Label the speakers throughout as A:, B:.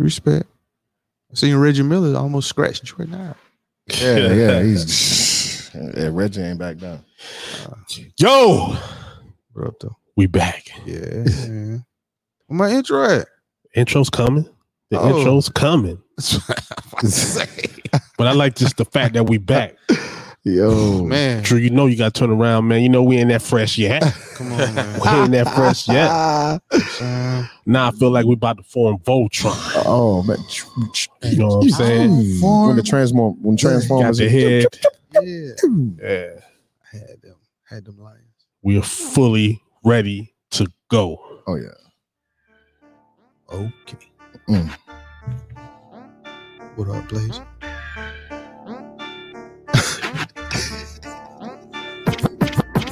A: Respect. I seen Reggie Miller almost scratch Jordan out.
B: Yeah, yeah. He's yeah, Reggie ain't back down.
C: Yo,
A: What up though?
C: we back.
A: Yeah. man. Where my intro at?
C: Intro's coming. The
A: Oh.
C: intro's coming. But I like just the fact that we back.
B: Yo,
A: man,
C: Drew, you know you got to turn around, man. You know we ain't that fresh yet.
A: come on, man.
C: We ain't that fresh yet.
A: Uh,
C: Now I feel like we about to form Voltron.
B: Oh man,
C: You know what I'm saying?
B: when the transform when
C: Got
A: Oh.
B: Transformers
C: the head.
A: yeah.
C: Yeah.
A: I had them. had them lions.
C: We are fully ready to go.
B: Oh yeah,
A: Okay.
B: Mm.
A: What up, Blaze?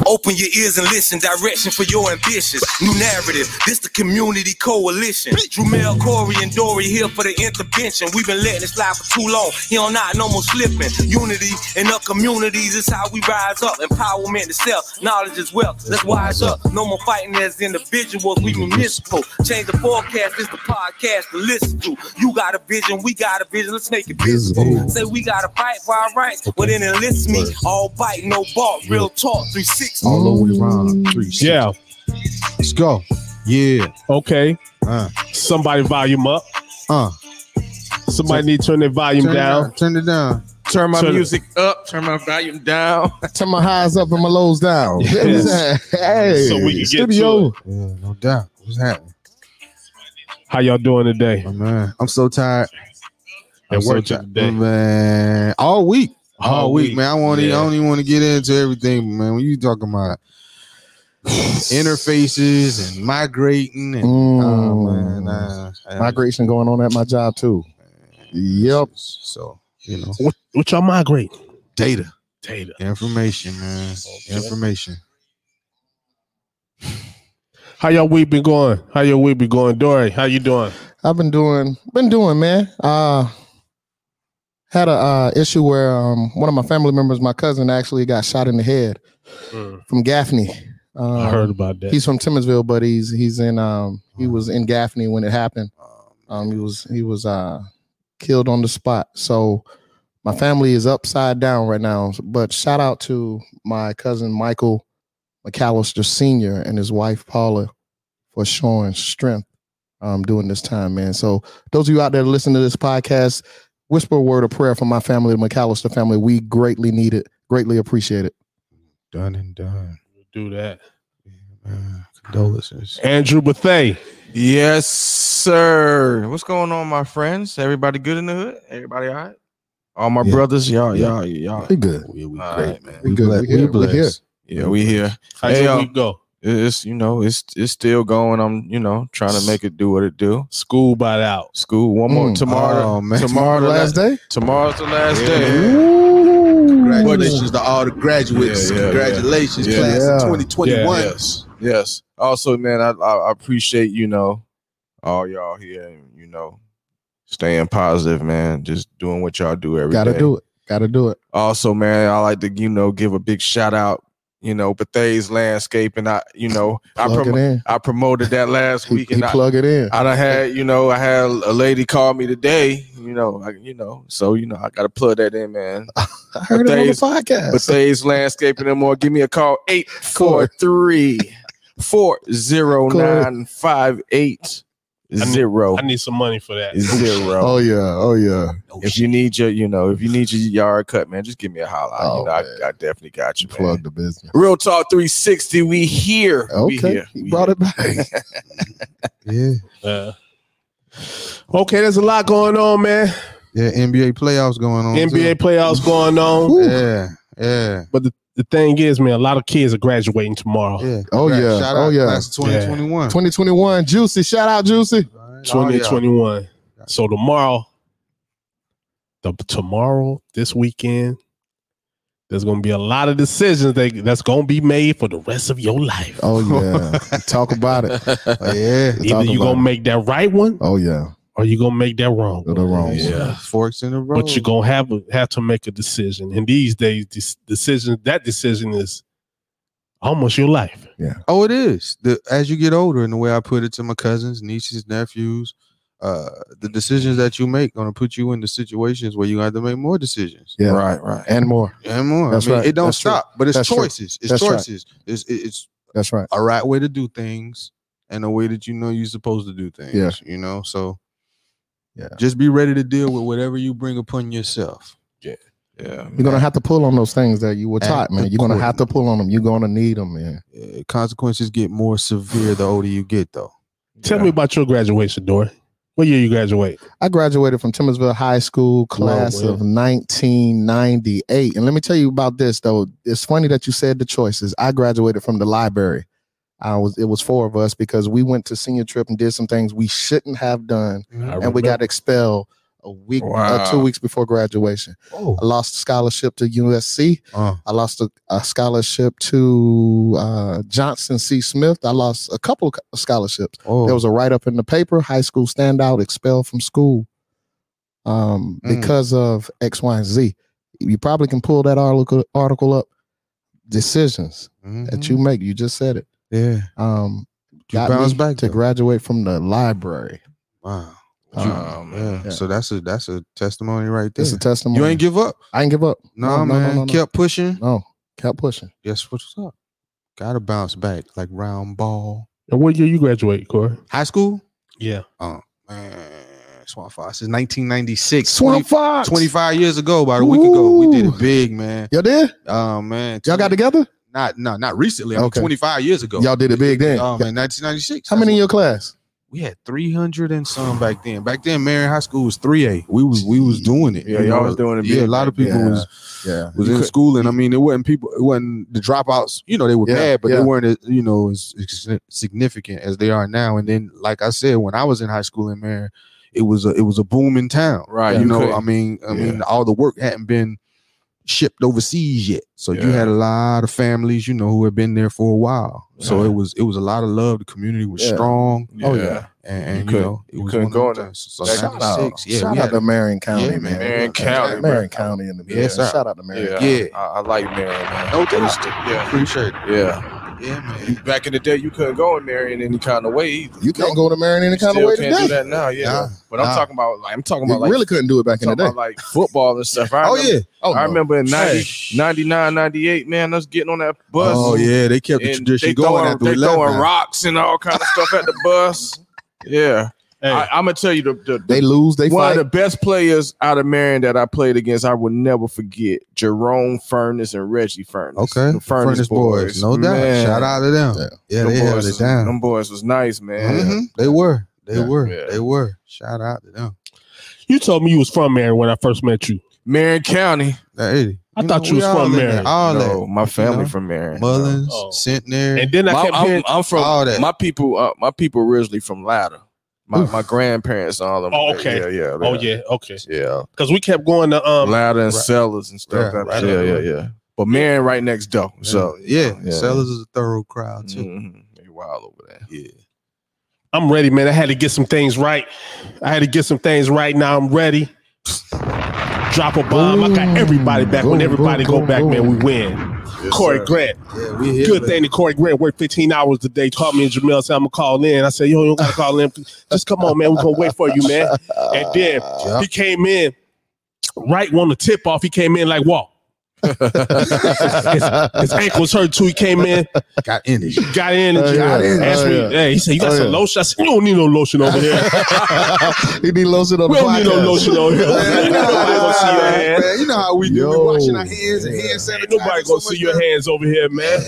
D: Open your ears and listen. Direction for your ambitions. New narrative. This the community coalition. Drumel, Corey, and Dory here for the intervention. We've been letting it slide for too long. He on out, no more slipping. Unity in our communities is how we rise up. Empowerment itself. Knowledge is wealth. Let's wise up. No more fighting as individuals. We municipal. Change the forecast. This the podcast to listen to. You got a vision. We got a vision. Let's make it visible. Say we got to fight for our rights. Well, then enlist me. All bite, no bark. Real talk. 360.
A: All over the rhyme. Three, six.
C: Yeah.
A: Let's go. Yeah.
C: Okay.
A: Uh,
C: Somebody volume up.
A: uh.
C: Somebody need to turn their volume
A: Turn it
C: down.
A: Turn it down.
E: Turn my
C: So-
E: music up. Turn my volume down.
B: turn my highs up and my lows down.
C: Yes.
B: hey,
C: So we can get to
B: studio.
A: Yeah, no doubt. What's happening?
C: How y'all doing today?
A: My man. I'm so tired.
C: At
A: so
C: work
A: tired.
C: today.
A: Man. All week. All,
C: All
A: week,
C: week.
A: man. I want to. I
C: Yeah.
A: don't even want to get into everything, but, man. When you talking about interfaces and migrating and oh, man,
B: Mm.
A: nah, I-
B: Migration going on at my job too. Yep.
A: So you know,
C: What, what y'all migrate?
A: data,
C: Data.
A: information, man, information.
C: How y'all week been going? How your week been going? Dory, how you doing?
B: I've been doing, been doing, man. Uh, had a uh, issue where um, one of my family members, my cousin, actually got shot in the head
E: Mm.
B: from Gaffney. Um,
C: I heard about that.
B: he's from Timminsville, but he's he's in um, he was in Gaffney when it happened. Um, he was he was uh, killed on the spot. So my family is upside down right now. But shout out to my cousin Michael McAllister Senior and his wife Paula for showing strength um, during this time, man. So those of you out there listening to this podcast, whisper a word of prayer for my family, the McAllister family. We greatly need it, greatly appreciate it.
A: Done and done.
C: Do that.
A: Man, condolences.
C: Andrew Bethay.
E: Yes, sir. What's going on, my friends? Everybody good in the hood? Everybody all right? All my
B: Yeah.
E: brothers, y'all,
B: Yeah.
E: y'all, y'all.
B: We good.
A: Oh, Yeah, we
E: All
A: great.
E: right, man.
B: We,
A: We
B: good.
A: blessed.
B: we
A: We
B: here. We here.
A: blessed.
E: Yeah, we here.
C: How
E: Hey,
C: your
E: um,
C: week go?
E: It's you know, it's it's still going. I'm you know trying to make it do what it do.
C: School bought out.
E: School one more
B: Mm.
E: tomorrow.
A: Oh, man.
E: Tomorrow, the
B: Last
E: last.
B: day.
E: Tomorrow's the last day.
A: Congratulations to all the graduates.
E: Mm. Yeah, yeah, yeah.
A: Congratulations,
E: Yeah.
A: class
B: Yeah.
A: of 2021.
E: Yes. Yes. Also, man, I, I I appreciate you know all y'all here and you know staying positive, man. Just doing what y'all do every
B: Gotta
E: day.
B: do it. Gotta do it.
E: Also, man, I like to you know give a big shout out. You know, Bethay's landscape, and I, you know, I
B: Plug
E: prom-
B: it in.
E: I promoted that last
B: He,
E: week,
B: he
E: and I,
B: plug it in.
E: I done had, you know, I had a lady call me today, you know, I, you know, so you know, I gotta plug that in, man.
B: I heard it on the
E: Days-
B: podcast.
E: Bethay's landscaping and more. Give me a call 843 409
C: I need some money for that.
B: oh yeah, oh yeah.
E: If you need your, you know, if you need your yard cut, man, just give me a holler.
B: Oh,
E: you know, I,
B: man.
E: I definitely got you. man.
B: Plug the business.
E: Real Talk 360, we here. we
B: Okay,
E: here.
B: he
E: We
B: brought
E: here.
B: it back.
A: Yeah.
C: Uh, okay, there's a lot going on, man.
A: Yeah, NBA playoffs going on.
C: NBA playoffs going on.
A: Too. Yeah. Yeah.
C: But the, the thing is, man, a lot of kids are graduating tomorrow.
A: Yeah.
B: Oh,
A: Congrats.
B: yeah.
A: Shout
B: Oh,
A: out
B: yeah.
A: class of 2021.
B: 2021 Juicy. Shout out Juicy.
C: Twenty
A: Oh, yeah.
C: twenty one. So tomorrow, the tomorrow, this weekend, there's gonna be a lot of decisions that, that's gonna be made for the rest of your life.
B: Oh yeah. Talk about it.
A: Oh, yeah.
C: Either
B: Talk
C: you
B: about
C: gonna
B: it.
C: make that right one
B: Oh yeah.
C: or you gonna make that wrong
B: Go
C: one.
B: the wrong one.
E: Yeah.
A: Forks in the road.
C: But you're gonna have have to make a decision. And these days, this decision that decision is almost your life.
A: Oh, it is. The as you get older, and the way I put it to my cousins, nieces, nephews, uh, the decisions that you make gonna put you in the situations where you have to make more decisions
B: Yeah.
E: Right, right.
B: and more.
A: and more.
B: That's
A: I mean,
B: right.
A: It don't
B: That's true.
A: stop, but it's
B: That's true.
A: choices. It's
B: That's right.
A: choices. It's it- it's
B: That's right.
A: a right way to do things and a way that you know you're supposed to do things.
B: Yeah.
A: You know, so
B: Yeah.
A: just be ready to deal with whatever you bring upon yourself.
E: Yeah.
B: You're gonna have to pull on those things that you were
A: Act
B: taught, man. You're gonna have to pull on them. You're gonna need them, man.
A: Uh, consequences get more severe the older you get, though.
C: Tell me about your graduation, Dory. What year you graduate?
B: I graduated from Timminsville High School, class
C: Wow, wow.
B: of 1998. And let me tell you about this though. It's funny that you said the choices. I graduated from the library. I was it was four of us because we went to senior trip and did some things we shouldn't have done,
C: I
B: and we got
C: remember.
B: expelled a week, uh,
E: Wow.
B: two weeks before graduation. I lost a scholarship to USC.
A: Uh,
B: I lost a, a scholarship to uh, Johnson C. Smith. I lost a couple of scholarships.
A: oh,
B: There was a write up in the paper: high school standout expelled from school um,
A: Mm.
B: because of X, Y, and Z. You probably can pull that article article up. Decisions
A: mhm.
B: that you make. You just said it.
A: yeah,
B: Um,
A: you
B: got
A: bounce
B: me
A: back
B: to
A: though.
B: graduate from the library.
A: Wow. You-
B: Wow,
E: man.
A: yeah.
B: Yeah.
A: So that's a that's a testimony right there.
B: That's a testimony.
A: you ain't give up.
B: I ain't give up.
A: Nah,
B: No, no, no,
A: man.
B: no, no.
A: Kept pushing.
B: No, kept pushing.
A: Yes, what's up? Gotta bounce back like round ball.
C: And what year you graduate, Corey?
A: High school?
C: Yeah.
A: Man, Swamp Fox is 1996.
B: Swamp
A: 20
B: Fox.
A: 25 years ago, about a week ago. We did
B: Ooh.
A: it big, man.
B: Y'all did?
A: Oh man.
B: Y'all got
A: to
B: together?
A: not no, not recently. I mean,
B: Okay.
A: 25 years ago.
B: Y'all did it big then.
A: Oh man, 1996.
B: How many in
A: That's-
B: your class?
A: We had 300 and some back then. Back then, Marion High School was 3A. We was we was doing it.
E: Yeah,
A: you
E: y'all
A: know.
E: was doing it
A: Yeah, a
E: big
A: lot of
E: back
A: people
B: then.
A: was
B: Yeah.
A: was
E: You
A: in
E: could-
A: school, and I mean, it wasn't people. It wasn't the dropouts. You know, they were
B: Yeah,
A: bad, but
B: yeah.
A: they weren't as you know as ex- significant as they are now. And then, like I said, when I was in high school in Marion, it was a it was a boom in town.
E: Right.
A: You know,
E: couldn't-
A: I mean, I mean, all the work hadn't been shipped overseas yet, so you
E: Yeah.
A: had a lot of families, you know, who had been there for a while. So
E: Yeah.
A: it was it was a lot of love. The community was
B: Yeah.
A: strong,
B: Oh, yeah.
A: and, and you,
E: couldn't-
A: know, it
E: you
A: was
E: couldn't
A: one
E: go
A: of
E: in
A: them
E: there.
A: things. So
E: Shout
B: Shout out,
A: 96, yeah,
B: shout
A: we
B: out
A: had
B: to Marion County,
A: Yeah,
B: man.
A: man.
E: Marion County, bro.
B: Marion County in the
A: Yes,
B: building.
A: sir.
B: Shout out to Marion.
E: Yeah.
B: County.
A: Yeah.
E: I, I like Marion. man.
A: No doubt.
E: I used to-
A: a-
E: Yeah.
A: appreciate it.
E: Yeah.
A: Yeah, man.
E: You- Back in the day, you couldn't go in Marion in any kind of way either.
B: You can't go to Marion any
E: You
B: kind of
E: still
B: way
E: can't
B: today.
E: do that now, yeah.
A: Nah,
E: but I'm
A: nah.
E: talking about, like, I'm talking
B: You
E: about, like,
B: really couldn't do it back in the
E: talking
B: day.
E: about, like football and stuff. I
A: Oh
E: remember-
A: yeah.
B: Oh,
E: I
B: no.
E: remember in 90,
C: Trash.
E: 99, 98, man, us getting on that bus.
A: Oh yeah, they kept the
E: and
A: tradition
E: they
A: going
E: throwing,
A: after
E: they
A: we left.
E: throwing
A: man.
E: rocks and all kind of stuff at the bus. Yeah,
C: Hey,
E: I, I'm gonna tell you the, the, the
B: They lose, they fight.
E: one of the best players out of Marion that I played against. I will never forget Jerome Furnace and Reggie Furnace.
A: Okay,
E: the Furnace, boys,
A: no doubt.
E: Man,
A: Shout out to them.
B: Yeah.
A: Yeah,
E: Them
A: they
E: boys
A: held
E: was,
A: it down.
E: Them boys was nice, man.
A: Mhm. They were, they
B: Yeah.
A: were,
E: Yeah.
A: they were. Shout out to them.
C: you told me you was from Marion when I first met you.
E: Marion County.
A: Hey,
C: I thought
A: know,
C: you
A: we
C: was
A: all
C: from
A: in there,
C: Marion.
A: All
E: no, my family
A: know?
E: from Marion.
A: that Mullins,
C: Oh.
A: Centenary.
C: And then I
E: My,
C: kept
E: I'm,
C: hearing,
E: I'm from
A: all that.
E: my people. Uh, my people originally from Ladder. My,
A: Oof.
E: my grandparents, and all of them.
C: Oh, okay.
E: Yeah, yeah.
C: oh yeah, okay,
E: yeah.
C: because we kept going to um,
E: Ladder and
A: Right.
E: Sellers and stuff.
A: Yeah,
E: Yeah,
A: right
E: yeah,
A: up
E: yeah,
A: there.
E: yeah. But Marion right next door.
A: so
E: So
A: yeah,
E: yeah.
A: Sellers is a thorough crowd too.
E: Mhm. they wild over there.
A: Yeah,
C: I'm ready, man. I had to get some things right. I had to get some things right. Now I'm ready. Drop a bomb. I got everybody back. When
B: Boom,
C: everybody
B: boom,
C: go back,
B: boom,
C: man, we
B: boom.
C: win.
E: Yes,
C: Corey
E: sir.
C: Grant.
A: yeah, we here.
C: Good
A: baby.
C: thing that Corey Grant worked 15 hours a day. Called me and Jamel said, I'm going to call in. I said, yo, you don't got to call in. Just come on, man. We're going to wait for you, man. And then
A: Yeah.
C: he came in right on the tip off. He came in like, walk. His ankles hurt too. He came in,
A: Got energy.
C: got in, and
B: Oh, yeah.
C: asked
B: Oh,
C: me,
B: yeah.
C: hey, he said, you got
B: Oh,
C: some
B: yeah.
C: lotion? I said, you don't need no lotion over here.
B: he need lotion on
C: We
B: the
C: don't need no
B: podcast.
C: lotion on here.
A: Man,
C: Nobody gonna see your
A: man,
C: hands.
A: man, you know how we do. We
B: Yo.
A: washing our hands and hand sanitizer.
C: Ain't nobody
A: so
C: gonna
A: much
C: see your
A: better.
C: hands over here, man.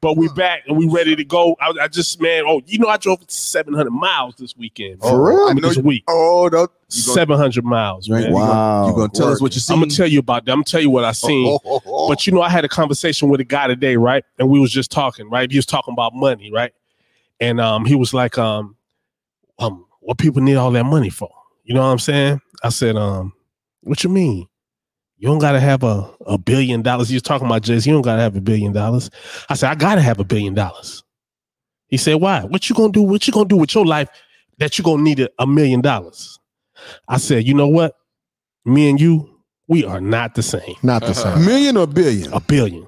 C: But we back and we ready to go. I, I just, man, oh, you know, I drove 700 miles this weekend.
B: For real?
C: I mean,
A: I know
C: this week.
A: Oh, no. You gonna-
C: 700 miles,
A: You ain't-
C: man.
A: you
B: Wow.
A: gonna- You gonna tell us what you see?
C: I'm gonna tell you about that. I'm gonna tell you what I seen.
A: Oh.
C: But you know, I had a conversation with a guy today, right? And we was just talking, right? He was talking about money, right? And um, he was like, um, um, what people need all that money for? You know what I'm saying? I said, um, what you mean? You don't gotta have a, a billion dollars. He was talking about Jay. You don't gotta have a billion dollars. I said, I gotta have a billion dollars. He said, why? What you gonna do? What you gonna do with your life that you gonna need a, a million dollars? I said, you know what? Me and you, we are not the same
B: Not the same.
A: million or billion?
C: a billion.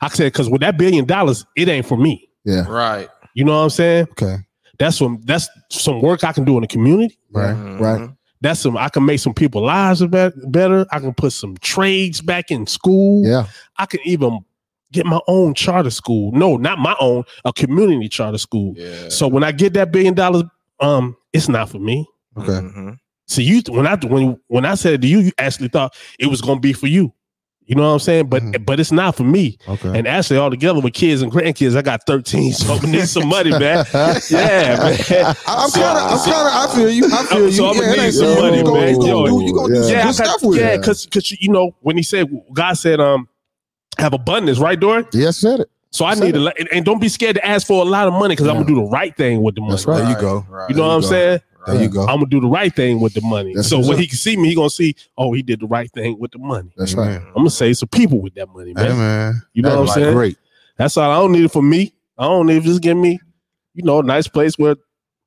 C: I said, because with that billion dollars, it ain't for me.
B: Yeah.
E: Right.
C: You know what I'm saying?
A: Okay.
C: That's some that's some work I can do in the community.
B: Right.
E: Mm-hmm.
B: Right.
C: That's some I can make some people lives bet- better. I can put some trades back in school.
B: Yeah.
C: I can even get my own charter school. No, not my own, a community charter school.
E: Yeah.
C: So when I get that billion dollars, um, it's not for me.
A: Okay.
E: Mhm.
C: So you when I when when I said it to you, you actually thought it was gonna be for you. You know what I'm saying? But
A: Mhm.
C: but it's not for me.
A: Okay.
C: And actually, all together with kids and grandkids, I got 13. So I need some money, man. Yeah, man.
A: I, am kind of, I'm kind of. I feel you. I feel
C: I'm-
A: you.
C: so I'ma
A: it
C: need
A: ain't
C: some
A: easy.
C: money,
A: you gonna,
C: man.
A: You gonna
C: Yo,
A: do, you gonna do
B: yeah.
A: some
C: Yeah,
A: good
C: I got-
A: stuff with
C: yeah,
A: it.
C: because because you know when he said God said um have abundance, right, Dory?
B: Yes, said it.
C: So I
B: Said
C: need to and, and don't be scared to ask for a lot of money because I'm gonna do the right thing with the money.
B: That's right.
A: There you go.
E: Right.
C: You know what I'm
A: There you go.
C: saying?
A: There you go.
C: I'm gonna do the right thing with the money.
B: That's
C: so
B: what's
C: when
B: up.
C: he can see me, he gonna see, oh, he did the right thing with the money.
B: That's right.
A: Amen.
C: I'm gonna save some people with that money, man.
A: Hey man,
C: You know
A: That
C: what I'm
A: was
C: saying?
A: Great.
C: That's all. I don't need it for me. I don't need it. Just give me, you know, a nice place where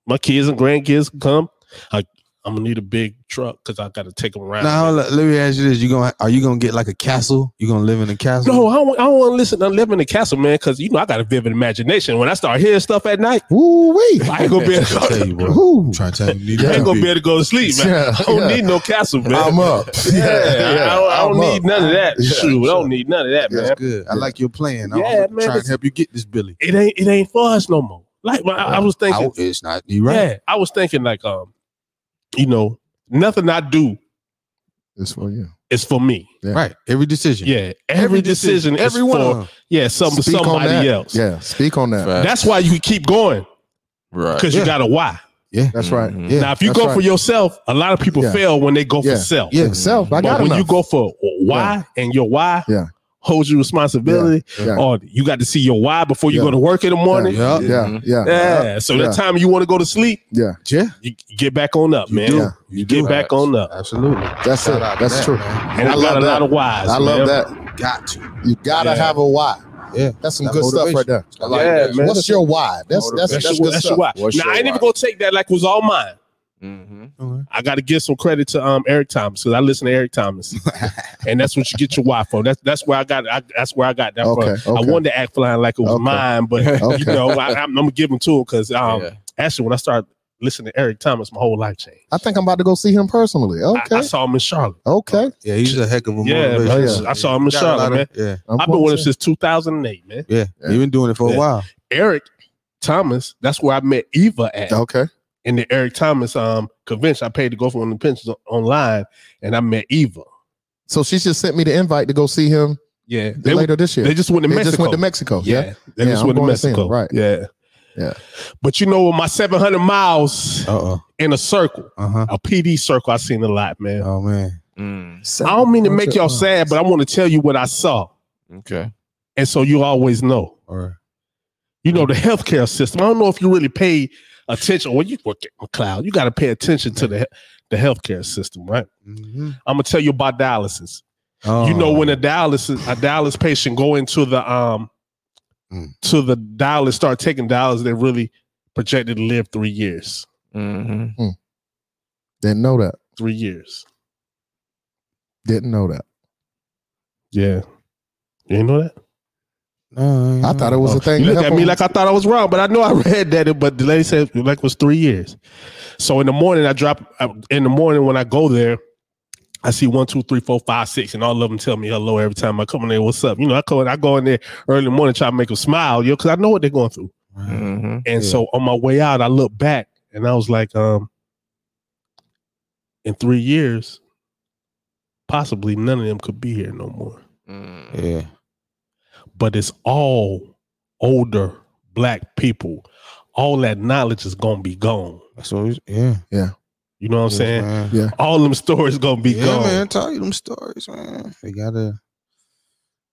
C: my kids and grandkids can come. I, I'm gonna need a big truck because I gotta take them around.
A: Now let, let me ask you this: You gonna are you gonna get like a castle? You gonna live in a castle?
C: no, I don't, I don't want to listen to live in the castle, man, because you know I got a vivid imagination. When I start hearing stuff at night,
B: Woo wee.
C: I ain't gonna be able to
A: I tell
C: go,
A: you, bro.
B: Woo.
A: I'm trying to tell you, you, need
C: I ain't
A: to
C: gonna
A: be-
C: be able to go to sleep, man.
B: Yeah,
C: I don't
B: yeah.
C: need no castle, man.
B: I'm up.
C: Yeah, I don't, I don't
B: I'm
C: need
B: up.
C: none of that.
B: Yeah,
C: Shoot, I
B: sure.
C: don't need none of that, man.
A: That's good. I like your plan. I'm,
C: Yeah,
A: I'm
C: man,
A: trying
C: this-
A: to help you get this, Billy.
C: It ain't it ain't for us no more. Like when I, I was thinking,
A: I, it's not you, right?
C: yeah, I was thinking like, um, you know, nothing I do
B: It's for you.
C: is for me.
A: Right. Every decision.
C: Yeah, every, decision, is
A: every one of
C: for
A: them.
C: yeah, some
B: Speak on that.
C: somebody else.
B: Yeah. Speak on that.
E: Fact.
C: That's why you keep going
E: right.
C: because
A: Yeah.
C: you got a why.
B: That's right.
E: Mhm.
A: Yeah,
C: now, if you
B: that's
C: go for
B: right.
C: yourself, a lot of people
B: Yeah.
C: fail when they go
B: Yeah.
C: for self.
A: Yeah.
B: Self. I
C: but
B: got
C: when
B: enough.
C: you go for why and your why
B: Yeah.
C: holds you responsibility,
B: Yeah.
C: or you got to see your why before you
B: Yeah.
C: go to work in the morning. Yeah.
A: Yeah.
B: yeah. Yeah.
C: So
B: Yeah.
C: that time you want to go to sleep,
B: Yeah.
A: Yeah.
C: you you get back on up,
A: You
C: man.
A: do.
B: Yeah.
A: You do.
C: Get back on up.
A: Absolutely.
B: That's
A: Shout
B: it.
A: out to
B: That's
A: that,
B: true.
A: man.
C: And I,
B: I
C: got
B: love
C: a
B: that.
C: lot of whys.
B: I love
C: man.
B: that.
A: Got to.
B: You gotta
C: Yeah.
B: have a why.
A: Yeah.
B: That's some
A: That
B: good
A: motivation.
B: stuff right there.
E: I like
C: Yeah,
E: that.
C: man.
B: What's your why? That's that's
C: That's,
B: that's,
C: your,
B: good
C: that's your
B: stuff.
C: why.
E: What's
C: now
E: your
C: I ain't even
E: why?
C: gonna take that like it was all mine.
E: Mhm.
C: I got to give some credit to um, Eric Thomas because I listen to Eric Thomas, and that's what you get your why from. That's that's where I got. I, that's where I got that
B: Okay,
C: from.
B: okay.
C: I wanted to act flying like it was
B: Okay.
C: mine, but
B: Okay.
C: you know I, I'm, I'm gonna give him to him because um,
E: Yeah.
C: actually when I started listening to Eric Thomas, my whole life changed.
B: I think I'm about to go see him personally.
C: I-
B: Okay.
C: I, saw him in Charlotte.
B: okay.
A: Yeah, he's a heck of a
C: Yeah,
A: motivation.
B: man.
C: I saw him in
A: Got a lot
C: Charlotte,
A: of- Yeah.
B: I'm
C: I've been with him
B: watching.
C: since 2008, man.
A: Yeah.
B: Yeah.
A: You've been doing it for a
C: Yeah.
A: while.
C: Eric Thomas, that's where I met Eva at
B: Okay.
C: in the Eric Thomas um convention. I paid to go for one of the conventions on- online, and I met Eva.
B: So she just sent me the invite to go see him
C: Yeah, they,
B: later this year.
C: they just went to
B: They
C: Mexico.
B: just went to Mexico.
C: Yeah,
B: Yeah.
C: they
B: Yeah,
C: just
B: I'm
C: went to
B: going to see 'em,
C: Mexico.
B: right.
C: Yeah.
B: Yeah.
C: But you know, with my 700 miles
A: Uh oh.
C: in a circle,
A: Uh huh.
C: a PD circle, I've seen a lot, man.
A: Oh man.
E: Mm.
C: I don't mean to make y'all sad, but I want to tell you what I saw.
E: Okay.
C: And so you always know.
A: Or
C: You know, the healthcare system. I don't know if you really pay attention. Well, you work at McLeod. You got to pay attention to the, the healthcare system, right?
A: Mhm.
C: I'm going to tell you about dialysis.
A: Oh.
C: You know, when a dialysis a dialysis patient go into the um
A: Mm.
C: to the dialysis, start taking dialysis, they really projected to live three years.
E: Mhm.
B: Didn't know that.
C: three years.
B: Didn't know that.
C: Yeah. You didn't know that?
A: No,
B: I thought it was a thing.
C: You
B: to
C: looked
B: help
C: at me
B: him-
C: like I thought I was wrong, but I know I read that. It, but the lady said like it was three years. So in the morning, I drop I- in the morning when I go there, I see one, two, three, four, five, six, and all of them tell me hello every time I come in there. What's up? You know, I go I go in there early in the morning try to make them smile, yo, because I know what they're going through.
A: Oh,
E: Mhm.
C: And
A: Yeah.
C: so on my way out, I look back and I was like, um, in three years, possibly none of them could be here no more.
E: Mhm.
A: Yeah.
C: but it's all older black people. All that knowledge is gonna be gone.
A: That's what we, yeah.
C: You know what I'm saying?
A: Man.
C: All them stories gonna be
A: yeah,
C: gone.
A: man. Tell you them stories, man. They gotta.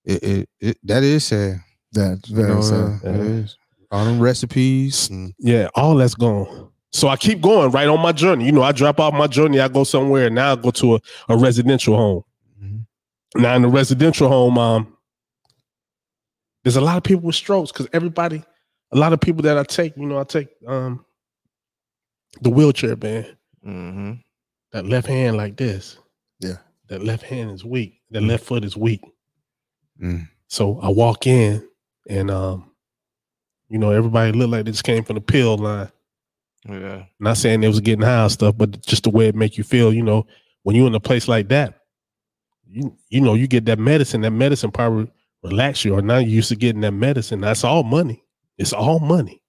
A: It, it, it that is sad.
B: That's
A: You
B: very
A: know,
B: sad.
A: uh, it is. All them recipes. and-
C: Yeah, all that's gone. So I keep going right on my journey. You know, I drop off my journey, I go somewhere, and now I go to a, a residential home.
A: Mhm.
C: Now in the residential home, um, there's a lot of people with strokes because everybody, a lot of people that I take, you know, I take um the wheelchair man.
E: Mhm.
C: that left hand like this.
B: Yeah.
C: That left hand is weak. That left foot is weak.
A: Mm.
C: So I walk in and um, you know, everybody looked like they just came from the pill line.
E: Yeah.
C: Not saying it was getting high and stuff, but just the way it make you feel, you know, when you're in a place like that, you you know, you get that medicine. That medicine probably relax you, or now you're used to getting that medicine. That's all money. It's all money.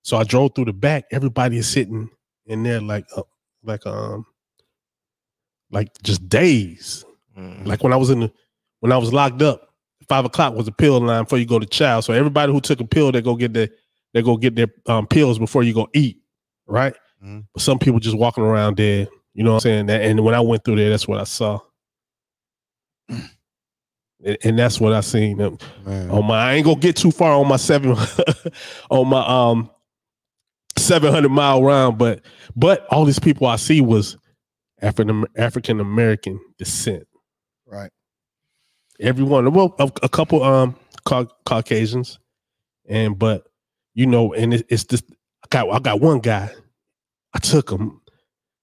C: So I drove through the back. Everybody is sitting in there like uh, like um like just days.
E: Mm.
C: Mm-hmm. Like when I was in the when I was locked up, five o'clock was a pill line before you go to child. So everybody who took a pill, they go get their they go get their um, pills before you go eat, right?
A: Mhm.
C: But some people just walking around there, you know what I'm saying? That and when I went through there, that's what I saw. And and that's what I seen. Um,
A: Man.
C: On my, I ain't gonna get too far on my seven, on my um, seven hundred mile round. But but all these people I see was African African American descent
B: Right.
C: everyone well a, a couple um Cau- caucasians and but you know and it, it's just i got i got one guy i took him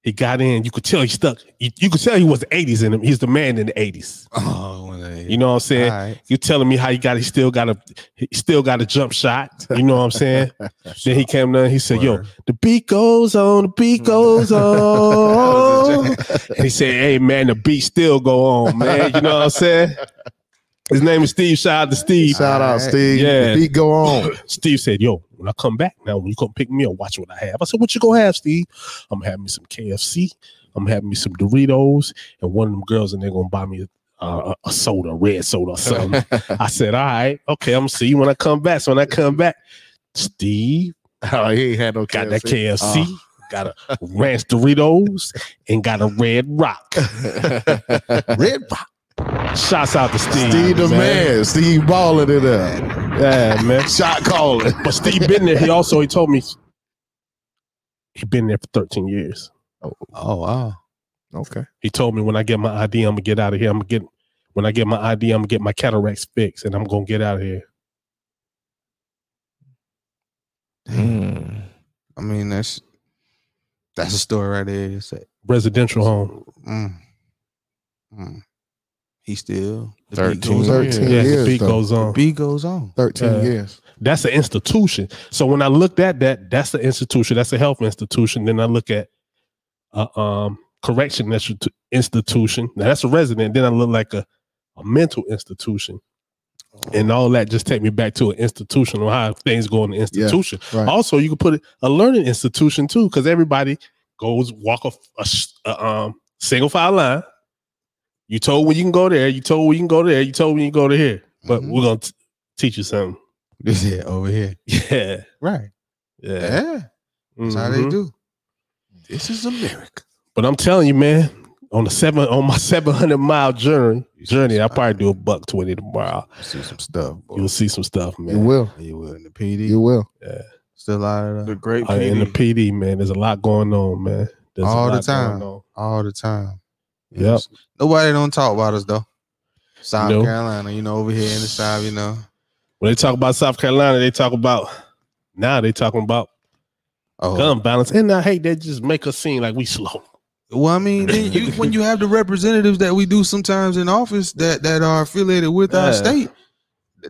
C: he got in you could tell he stuck you, you could tell he was the 80s in him he's the man in the 80s
A: Oh, when they-
C: you know what i'm saying
A: All right.
C: you telling me how he got he still got a he still got a jump shot you know what i'm saying then he came down he said yo
A: Word.
C: the beat goes on the beat goes on and he said, "Hey man, the beat still go on, man. You know what I'm saying?" His name is Steve. Shout out to Steve.
B: Shout out, Steve.
C: Yeah.
B: The beat go on.
C: Steve said, "Yo, when I come back now, when you come pick me up, watch what I have." I said, "What you gonna have, Steve? I'm having me some KFC. I'm having me some Doritos, and one of them girls, and they're gonna buy me." A, a, a soda, red soda, or something. I said, "All right, okay, I'm gonna see you when I come back." So when I come back, Steve
B: Oh, he ain't had no
C: got that KFC,
B: Uh.
C: got a ranch Doritos, and got a red rock.
A: Red Rock.
C: Shouts out to Steve.
B: Steve the man. Steve balling it up.
C: Yeah, man.
B: Shot calling.
C: But Steve been there. He also he told me he been there for 13 years.
A: Oh wow.
B: Okay.
C: He told me when I get my ID, I'm gonna get out of here. I'm gonna get when I get my ID, I'm gonna get my cataracts fixed, and I'm gonna get out of here.
E: Mm.
A: I mean that's that's a story right there. It's a-
C: Residential home.
A: mm. Mm. He still the beat
E: 13
A: goes on.
E: years.
B: 13
C: Yeah, the
B: years.
C: beat
B: though.
C: goes on.
A: Beat goes on.
B: 13
C: Yeah.
B: years.
C: That's an institution. So when I looked at that, that's the institution. That's a health institution. Then I look at a um, correction institu- institution. Now that's a resident. Then I look like a, a mental institution, and all that just take me back to an institution or how things go in the institution.
B: right.
C: Also, you can put it, a learning institution too, because everybody goes walk a, a, sh- a um, single file line. You told when you can go there. You told when you can go there. You told when you can go to here. But
A: Mhm.
C: we're gonna t- teach you something.
A: This here over here.
C: Yeah.
A: Right. Yeah.
C: Yeah.
A: Eh? That's how they
C: Mhm.
A: do. This is America.
C: But I'm telling you, man, on the seven on my seven hundred mile journey journey, I probably do a buck twenty tomorrow.
A: I see some stuff, boy.
C: You'll see some stuff,
B: You
C: man.
B: will.
A: You were in the PD.
B: You will.
A: still out of
E: Oh, The
A: there
E: great
C: Uh, in the
E: PD.
C: PD, man, there's a lot going on, man. There's a
A: All the
C: lot
A: time.
C: going on.
A: all the time.
C: Yep.
A: Yes. Nobody don't talk about us though. South
C: No.
A: Carolina, you know, over here in the South, you know.
C: When they talk about South Carolina, they talk about now they talking about
A: Oh,
C: gun violence, and I hate that just make us seem like we slow.
A: Well, I mean, then you, when you have the representatives that we do sometimes in office that that are affiliated with
C: Yeah.
A: our state,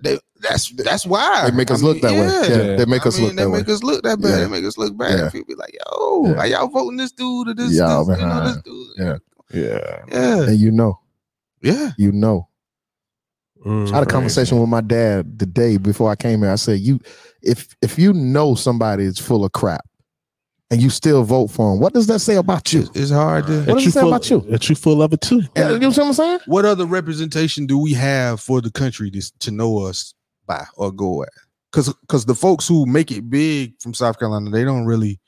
A: they, that's that's why
B: They make us
A: I
B: look
A: mean,
B: that way. Yeah.
C: Yeah.
B: They make
A: I
B: us
A: mean,
B: look
A: they
B: that way.
A: make us look that bad.
B: Yeah.
A: They make us look bad.
B: Yeah.
A: People be like, "Yo,
B: Yeah.
A: are y'all voting this dude or this?
B: Y'all
A: this, you know,
B: behind.
A: this dude?
B: Yeah.
E: Yeah.
A: Yeah,
B: and you know,
A: yeah.
B: you know. I had a
C: Mm.
E: Crazy.
B: conversation with my dad the day before I came here. I said, "You, if if you know somebody is full of crap, and you still vote for him, what does that say about you?
A: It's, it's hard to.
B: What does it say
C: full,
B: about you?
C: That you full of it too.
B: Yeah, you know what I'm saying?
A: What other representation do we have for the country to, to know us by or go at? Because because the folks who make it big from South Carolina, they don't really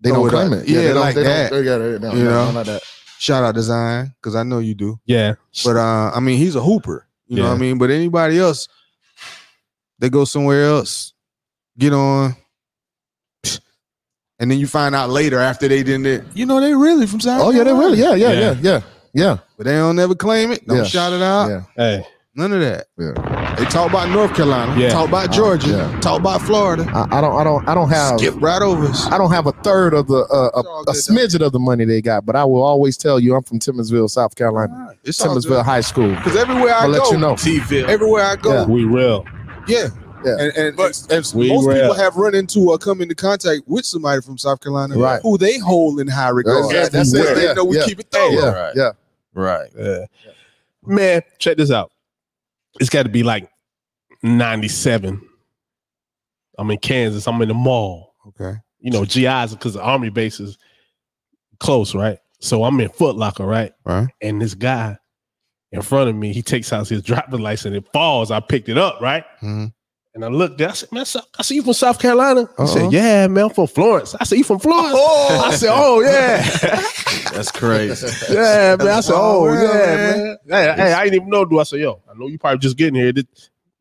B: They
A: Throw
B: don't
A: it
B: claim
A: up.
B: it.
A: Yeah,
B: they don't,
A: like
B: they
A: that.
B: Don't, they got it. No,
A: You
B: no,
A: know?
B: no, not that.
A: shout out design because I know you do.
C: Yeah,
A: But uh, I mean, he's a hooper. You know
C: Yeah.
A: what I mean? But anybody else, they go somewhere else, get on, and then you find out later after they didn't. It, you know, they really from South.
B: Oh yeah, they
A: Carolina.
B: really. Yeah, yeah,
C: Yeah.
B: yeah, yeah, yeah,
A: But they don't never claim it. Don't
B: Yeah.
A: shout it out.
B: yeah.
C: hey,
A: None of that.
B: yeah. Uh-huh.
A: They talk about North Carolina.
C: Yeah.
A: Talk about Georgia.
B: yeah.
A: Talk about Florida.
B: I, I don't, I don't, I don't have.
A: Skip right over. us.
B: I don't have a third of the uh,
A: It's all
B: a, a
A: good,
B: smidget of the money they got, but I will always tell you I'm from Timminsville, South Carolina.
A: It's all
B: Timminsville High School.
A: Because everywhere I
B: I'll
A: go,
B: let you know.
E: TV.
A: everywhere I go,
C: we real.
A: yeah,
B: Yeah.
A: And, and,
E: But-
A: and s-
C: We
A: most
C: were-
A: people have run into or come into contact with somebody from South Carolina
B: Right.
A: who they hold in high regard.
B: That's- that's it.
A: Because They
B: Yeah,
A: know we
B: yeah.
A: keep it thorough.
B: Yeah,
E: Right.
B: yeah.
E: Right.
C: Yeah. Man, check this out. It's got to be like 97. I'm in Kansas. I'm in the mall.
A: Okay.
C: You know, GIs because the army base is close, right? So I'm in Foot Locker, right?
A: Right.
C: And this guy in front of me, he takes out his driver's license. It falls. I picked it up, right?
A: Mhm.
C: And I looked. I said, "Man, so- I see you from South Carolina." He
A: Uh-uh.
C: said, "Yeah, man, I'm from Florence." I said, "You from Florence?" I said, "Oh yeah."
E: That's crazy.
C: Yeah, man. I said,
A: Oh,
C: oh,
A: well,
C: yeah, man. Hey, hey, I didn't even know. Do I said, yo, I know you probably just getting here. This,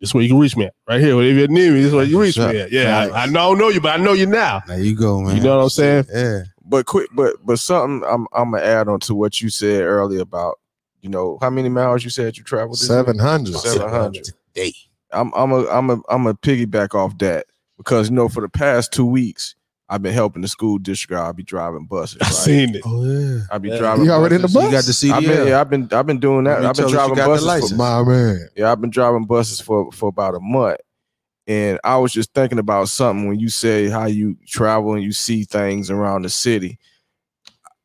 C: this where you can reach me at. Right here. Whatever you need me, this is where you reach me at. Yeah, I, I know, I know you, but I know you now.
A: There you go, man.
C: You know what I'm saying?
A: Yeah.
E: But quick, but but something I'm I'm gonna add on to what you said earlier about you know how many miles you said you traveled. this week?
B: Seven hundred.
E: Seven hundred.
A: Today.
E: I'm I'm a I'm a I'm a piggyback off that because you know for the past two weeks I've been helping the school district. I'll be driving buses.
C: I
E: Right?
C: seen it.
A: Oh yeah.
E: I'll be
C: Yeah.
E: driving.
B: You already in the
E: buses.
B: bus?
A: You got the CDL.
E: I've been, yeah, I've been I've been doing that.
A: You
E: I've
A: tell
E: been
A: us you
E: driving
A: got the
E: buses.
A: license.
E: For,
B: My man.
E: yeah, I've been driving buses for for about a month, and I was just thinking about something when you say how you travel and you see things around the city.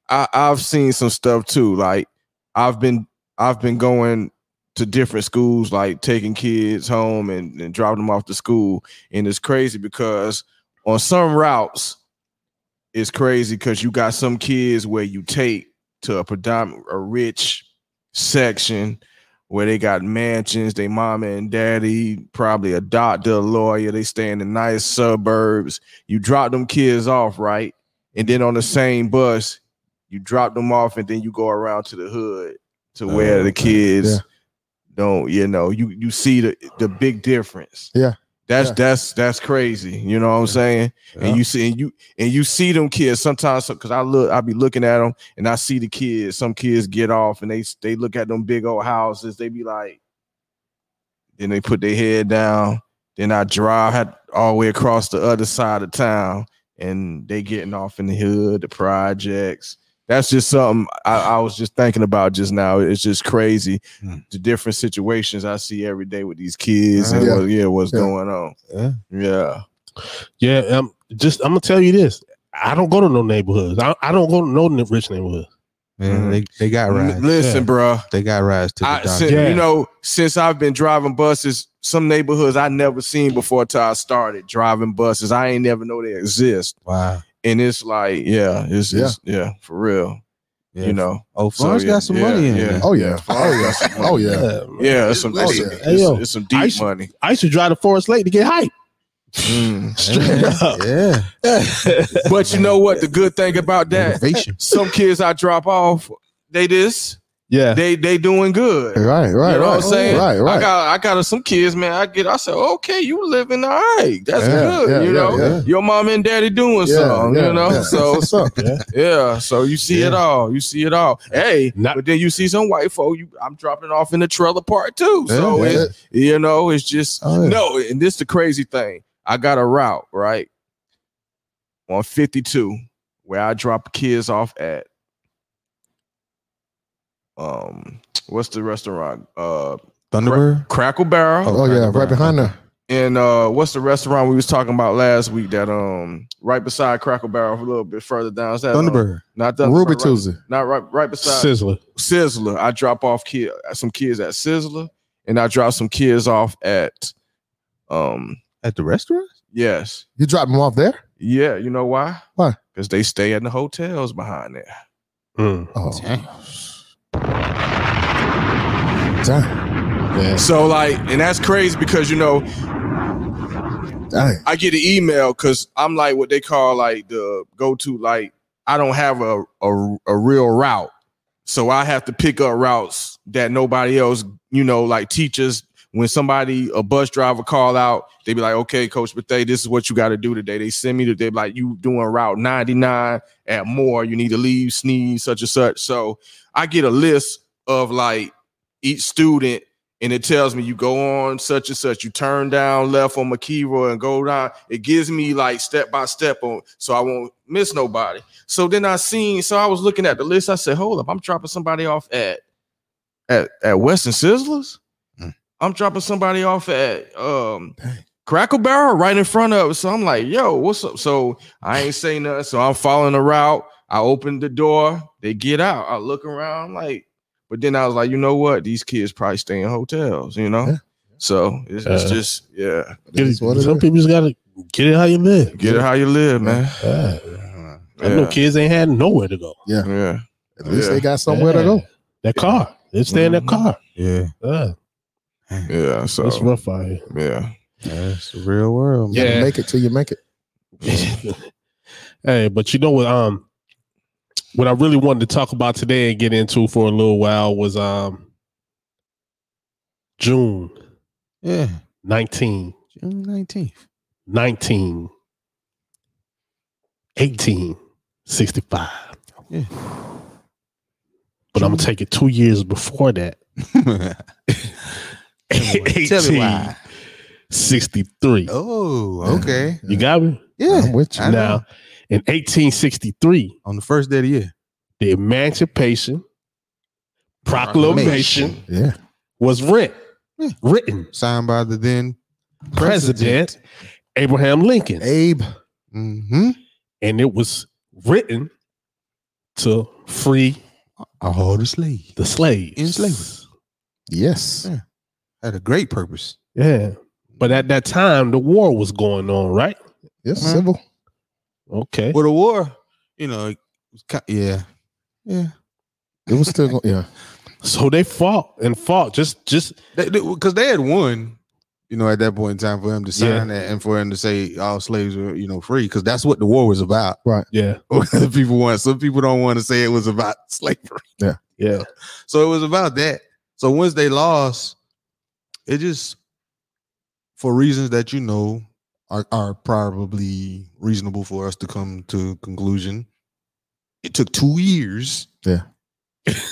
E: I, I've seen some stuff too. Like I've been I've been going to different schools, like taking kids home and, and dropping them off to school, and it's crazy because on some routes, it's crazy because you got some kids where you take to a predominant a rich section where they got mansions, they mama and daddy, probably a doctor, a lawyer, they stay in the nice suburbs. You drop them kids off, right? And then on the same bus, you drop them off and then you go around to the hood to where the kids
B: Uh, Yeah.
E: don't, you know, you you see the the big difference.
B: Yeah.
E: That's
B: Yeah.
E: that's that's crazy. You know what I'm saying?
A: Yeah.
E: And you see and you and you see them kids sometimes because I look, I be looking at them and I see the kids. Some kids get off and they they look at them big old houses. They be like, then they put their head down. Then I drive had all the way across the other side of town, and they getting off in the hood, the projects. That's just something I, I was just thinking about just now. It's just crazy
A: Mm.
E: the different situations I see every day with these kids and
B: Yeah.
E: what, yeah, what's
B: Yeah.
E: going on.
A: Yeah.
E: Yeah,
C: Yeah, um, just I'm gonna tell you this. I don't go to no neighborhoods. I, I don't go to no n- rich neighborhood.
A: Man,
E: Mhm.
A: they, they got rides.
E: listen, bruh.
A: They got rides to the
E: I,
A: doctor.
E: since,
C: Yeah.
E: You know, since I've been driving buses, some neighborhoods I never seen before till I started driving buses. I ain't never know they exist,
A: wow.
E: and it's like, yeah, it's yeah, it's, yeah for real.
A: Yeah.
E: You know,
A: Oh,
E: So,
A: Florence
E: yeah,
A: got some
E: yeah,
A: money in
E: yeah.
A: there.
B: Oh yeah. Oh yeah. Oh yeah.
C: man.
E: yeah, it's some,
B: Oh,
E: it's,
B: yeah.
E: some,
C: Hey,
E: it's,
C: yo.
E: it's some
C: I
E: deep
C: should-
E: money. Mm.
C: I used to drive to Forest Lake to get hype. Straight up.
A: Oh, Yeah.
E: but you know what? The good thing about that,
A: Motivation.
E: some kids I drop off, they this,
C: yeah.
E: they they doing good.
B: Right. Right. Right.
E: you know what I'm saying?
B: Right. Right.
E: I got I got some kids, man. I get I said, okay, you living all right. That's
B: Yeah,
E: good.
B: yeah,
E: you
B: yeah,
E: know,
B: yeah.
E: your mom and daddy doing
B: Yeah,
E: something,
B: yeah,
E: you know.
B: yeah.
E: So
B: What's up?
E: yeah, so you see it all. You see it all. Hey,
C: Not-
E: but then you see some white folk, you I'm dropping off in the trailer part too. So
B: Yeah,
E: it, you know, it's just
B: Oh, yeah.
E: no, and this the crazy thing. I got a route, right? On 52, where I drop kids off at um what's the restaurant? Uh
A: Thunderbird.
E: Crackle Barrel.
B: Oh yeah. Right behind there.
E: And uh what's the restaurant we was talking about last week that um right beside Crackle Barrel a little bit further down? Is that, um,
A: Thunderbird.
E: not Thunderbird.
B: Ruby
E: right,
B: Tuesday.
E: Not right right beside
C: Sizzler.
E: Sizzler. I drop off kid some kids at Sizzler and I drop some kids off at um
A: At the restaurant?
E: yes.
B: You drop him off there?
E: Yeah, you know why?
B: Why?
E: Because they stay in the hotels behind there.
C: Mm.
B: Oh. Damn.
E: So like, and that's crazy because you know
B: Dang.
E: I get an email because I'm like what they call like the go to like I don't have a, a a real route, so I have to pick up routes that nobody else you know like teachers. When somebody a bus driver call out, they be like, "Okay, Coach Bethay, this is what you got to do today." They send me to they be like, "You doing route 99 at more? You need to leave, sneeze, such and such." So I get a list of like each student and it tells me you go on such and such, you turn down left on McKeever and go down. It gives me like step by step on, so I won't miss nobody. So then I seen, so I was looking at the list. I said, hold up, I'm dropping somebody off at at at Western
A: Mm.
E: Sizzlers.
F: Hmm.
E: I'm dropping somebody off at um Crackle Barrel right in front of us. So I'm like, yo, what's up? So I ain't saying nothing. So I'm following the route. I open the door. They get out. I look around. I'm like, but then I was like, you know what? These kids probably stay in hotels, you know?
B: Yeah.
E: So it's, it's
F: Uh,
E: just, yeah.
F: Get it-
B: That's what it
F: some
B: is.
F: people just gotta get it how you live.
E: Get it how you live, man.
F: Yeah. I know
E: Yeah.
F: kids ain't had nowhere to go.
E: Yeah.
B: At least
E: Yeah.
B: they got somewhere to go.
F: Yeah. That car. They stay in that
E: Mhm.
C: Mm-hmm.
F: car.
A: Yeah.
F: Yeah.
E: Yeah.
F: It's
E: So,
F: rough out here.
E: yeah.
A: That's the real world.
B: You
A: Man.
B: gotta
C: Yeah.
B: make it till you make it.
C: hey, but you know what? Um, what I really wanted to talk about today and get into for a little while was um June
A: Yeah.
C: 19,
A: June 19th.
C: 19, 18, 65.
A: Yeah.
C: But I'm gonna take it two years before that.
A: Tell me why.
C: 1863.
A: Oh, okay.
C: You got me?
A: Yeah.
B: I'm with you.
A: I know.
C: Now, in 1863,
A: On the first day of the year.
C: the Emancipation Proclamation
B: Yeah.
C: was writ,
A: Yeah.
C: written.
A: Signed by the then
C: President Abraham Lincoln.
B: Abe.
A: Mm-hmm.
C: And it was written to free
A: I hold a slave.
C: the slaves.
A: In slavery.
B: Yes.
A: Had a great purpose.
C: Yeah. But at that time, the war was going on, right?
B: Yes.
A: Mhm.
B: Civil.
C: Okay.
A: Well, the war, you know, it was ki- yeah. Yeah.
B: It was still going. Oh, Yeah.
C: So they fought and fought. Just, just,
A: Because they, had won, you know, at that point in time for him to sign
C: Yeah.
A: that and for him to say all slaves were, you know, free. Because that's what the war was about.
C: yeah,
A: people want some people don't want to say it was about slavery.
C: yeah.
A: So it was about that. So once they lost, it just for reasons that you know are are probably reasonable for us to come to conclusion. It took two years.
B: Yeah.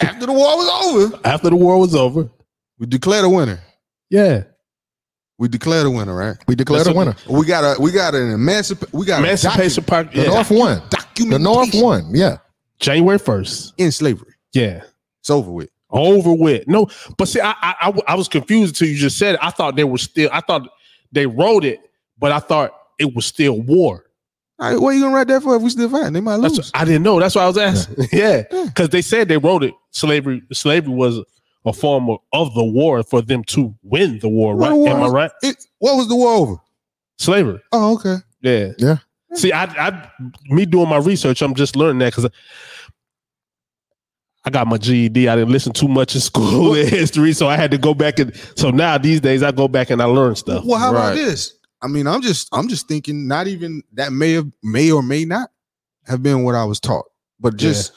A: After the war was over,
C: After the war was over,
A: we declared a winner.
C: yeah,
A: We declared a winner, right?
B: We declared
C: That's
B: a
C: what-
B: winner.
A: We got a we got an emancip we got
C: Emancipation Park,
B: The
C: yeah.
B: North won.
A: a document
B: The North won. Yeah.
C: January first,
A: in slavery.
C: yeah,
A: It's over with.
C: over with. No, but see, I, I, I, I was confused until you just said. It. I thought they were still. I thought they wrote it, but I thought it was still war.
A: All right, what are you gonna write that for if we still fighting? They might lose.
C: That's I didn't know. That's why I was asking. Yeah,
A: Yeah.
C: because they said they wrote it. Slavery, slavery was a form of, of the war for them to win the war.
A: What
C: Right?
A: war
C: Am I
A: was-
C: right?
A: It, what was the war over?
C: Slavery.
A: Oh, okay.
C: Yeah.
B: Yeah.
C: See, I, I, me doing my research, I'm just learning that because I got my GED. I didn't listen too much in school in history, so I had to go back and. So now these days, I go back and I learn stuff.
A: Well, how
E: Right.
A: about this? I mean, I'm just I'm just thinking not even that may have may or may not have been what I was taught, but just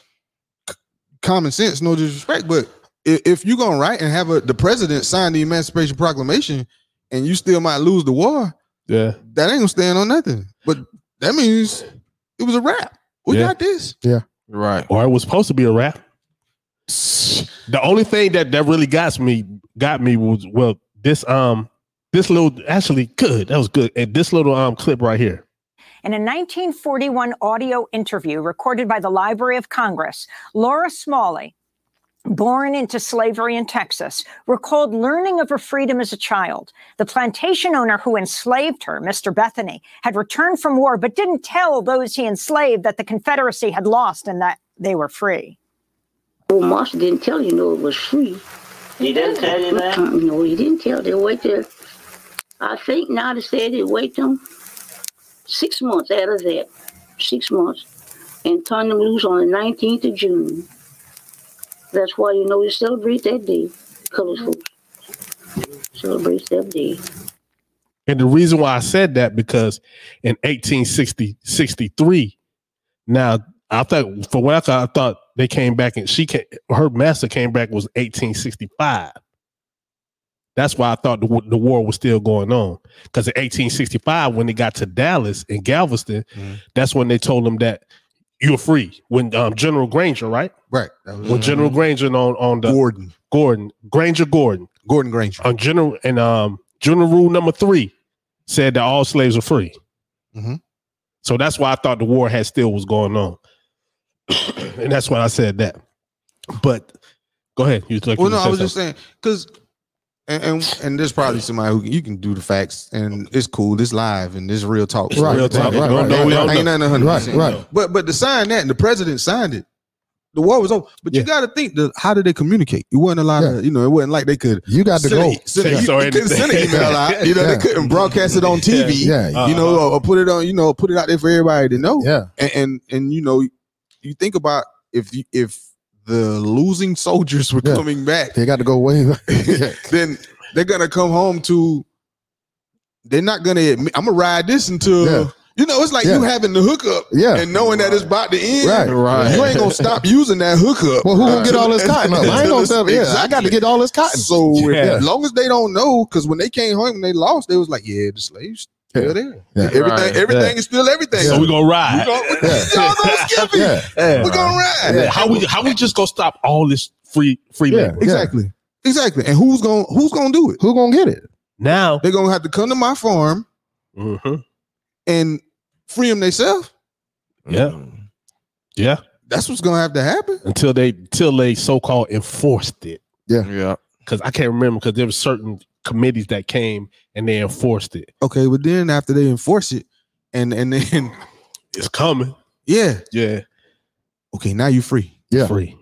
A: c- common sense, no disrespect. But if, if you're gonna write and have a the president sign the Emancipation Proclamation and you still might lose the war,
C: Yeah.
A: that ain't gonna stand on nothing. But that means it was a wrap. We
C: Yeah.
A: got this.
E: Right.
C: Or it was supposed to be a rap. The only thing that that really got me got me was well this um this little actually good that was good and this little um clip right here.
G: In a 1941 audio interview recorded by the Library of Congress, Laura Smalley, born into slavery in Texas, recalled learning of her freedom as a child. The plantation owner who enslaved her, Mr. Bethany, had returned from war but didn't tell those he enslaved that the Confederacy had lost and that they were free.
H: Old Marshall didn't tell you no it was free.
I: He didn't tell you that?
H: Uh-uh, no, he didn't tell. They wait till I think now they said they wait them six months after that, six months, and turn them loose on the 19th of June. That's why you know we celebrate that day, colored folks.
I: Mm-hmm.
H: Celebrate that day.
C: And the reason why I said that because in 1860 63, now I thought for what I thought, I thought they came back and she came, her master came back was 1865. That's why I thought the, wa- the war was still going on because in 1865 when they got to Dallas and Galveston,
A: Mhm.
C: that's when they told them that you're free. When um, General Granger, right?
A: Right. That was
C: When General Granger and on on the
A: Mm-hmm. Gordon.
C: Gordon Granger Gordon
A: Gordon Granger.
C: on uh, general and um general rule number three said that all slaves are free.
B: Mm-hmm.
A: Mhm.
C: So that's why I thought the war had still was going on, and that's why I said that. But go ahead. You was like,
A: Well, no, I was just saying because and, and and there's probably somebody who can, you can do the facts, and it's cool. It's live, and it's real talk.
B: It's Right, real talk. right, right,
A: Ain't-
B: right, right.
A: Ain't nothing hundred percent.
B: Right, right.
A: But but to sign that, and the president signed it. The war was over. But you got to think, the, how did they communicate? It wasn't a lot of, you know, it wasn't like they could.
B: You got to
A: send
B: go.
A: A, send a-
C: Text
A: you-
C: or
A: they couldn't send an
C: anything.
A: email out. You know,
B: Yeah.
A: they couldn't broadcast it on TV.
B: Yeah. Yeah.
A: You
C: Uh-huh.
A: know, or, or put it on. You know, put it out there for everybody to know
B: Yeah.
A: and and, and you know you think about if you, if the losing soldiers were
B: Yeah.
A: coming back
B: They got to go way back. Yeah.
A: then they're gonna come home to they're not gonna admit i'm gonna ride this until
B: Yeah.
A: you know it's like
B: Yeah.
A: you having the hookup
B: Yeah.
A: and knowing that it's about to end
B: Right.
A: right you ain't gonna stop using that hookup
B: Well, who gonna get all this cotton up? I ain't gonna tell. Yeah, I got to get all this cotton.
A: uh, so if-
C: Yeah.
A: as long as they don't know because when they came home and they lost they was like yeah the slaves still
B: Yeah.
A: there
B: Yeah.
A: everything
E: Right.
A: everything is still everything
C: So we gonna ride.
A: Y'all
B: Yeah.
A: don't skip it.
B: yeah,
A: We're gonna ride.
C: Yeah, How we how we just gonna stop all this free free
B: Yeah.
C: labor?
A: Exactly. Exactly. And who's gonna who's gonna do it?
B: who gonna get it?
C: Now, mm-hmm,
A: They're gonna have to come to my farm and free them themselves.
C: Yeah. yeah,
A: That's what's gonna have to happen.
C: until they until they so called enforced it,
E: Yeah.
C: because I can't remember because there were certain committees that came and they enforced it.
A: Okay, but then after they enforce it, and and then
C: It's coming.
A: yeah,
C: Yeah,
A: okay, now you free.
B: Yeah.
C: free.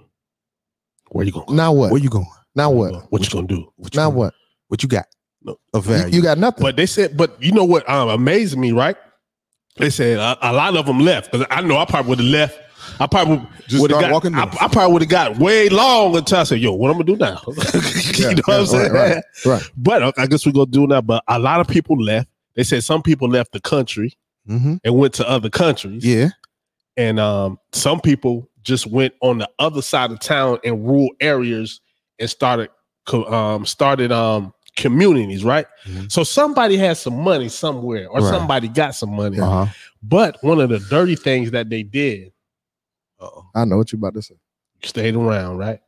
C: Where you gonna? go?
B: Now what?
A: Where you going?
B: Now what?
C: What you gonna do?
A: What you
B: Now
A: gonna-
B: what?
A: What you got?
C: No.
A: Of
B: You,
A: value.
B: you got nothing.
C: But they said, but you know what um, amazed me, right? They said a, a lot of them left because I know I probably would have left. I probably
A: Just
C: would have
A: start
C: got.
A: walking
C: I,
A: north.
C: I probably would have got way long until I said, "Yo, what I'm gonna do now?" you know what I'm saying?
B: right, right.
C: But uh, I guess we're gonna do now. But a lot of people left. They said some people left the country
A: mm-hmm.
C: and went to other countries,
A: Yeah.
C: and um, some people just went on the other side of town in rural areas and started co- um, started um, communities, right?
A: Mhm.
C: So somebody had some money somewhere, or
A: Right.
C: somebody got some money.
A: Uh-huh.
C: But one of the dirty things that they did, uh-oh,
B: I know what you about to say.
C: stayed around, right?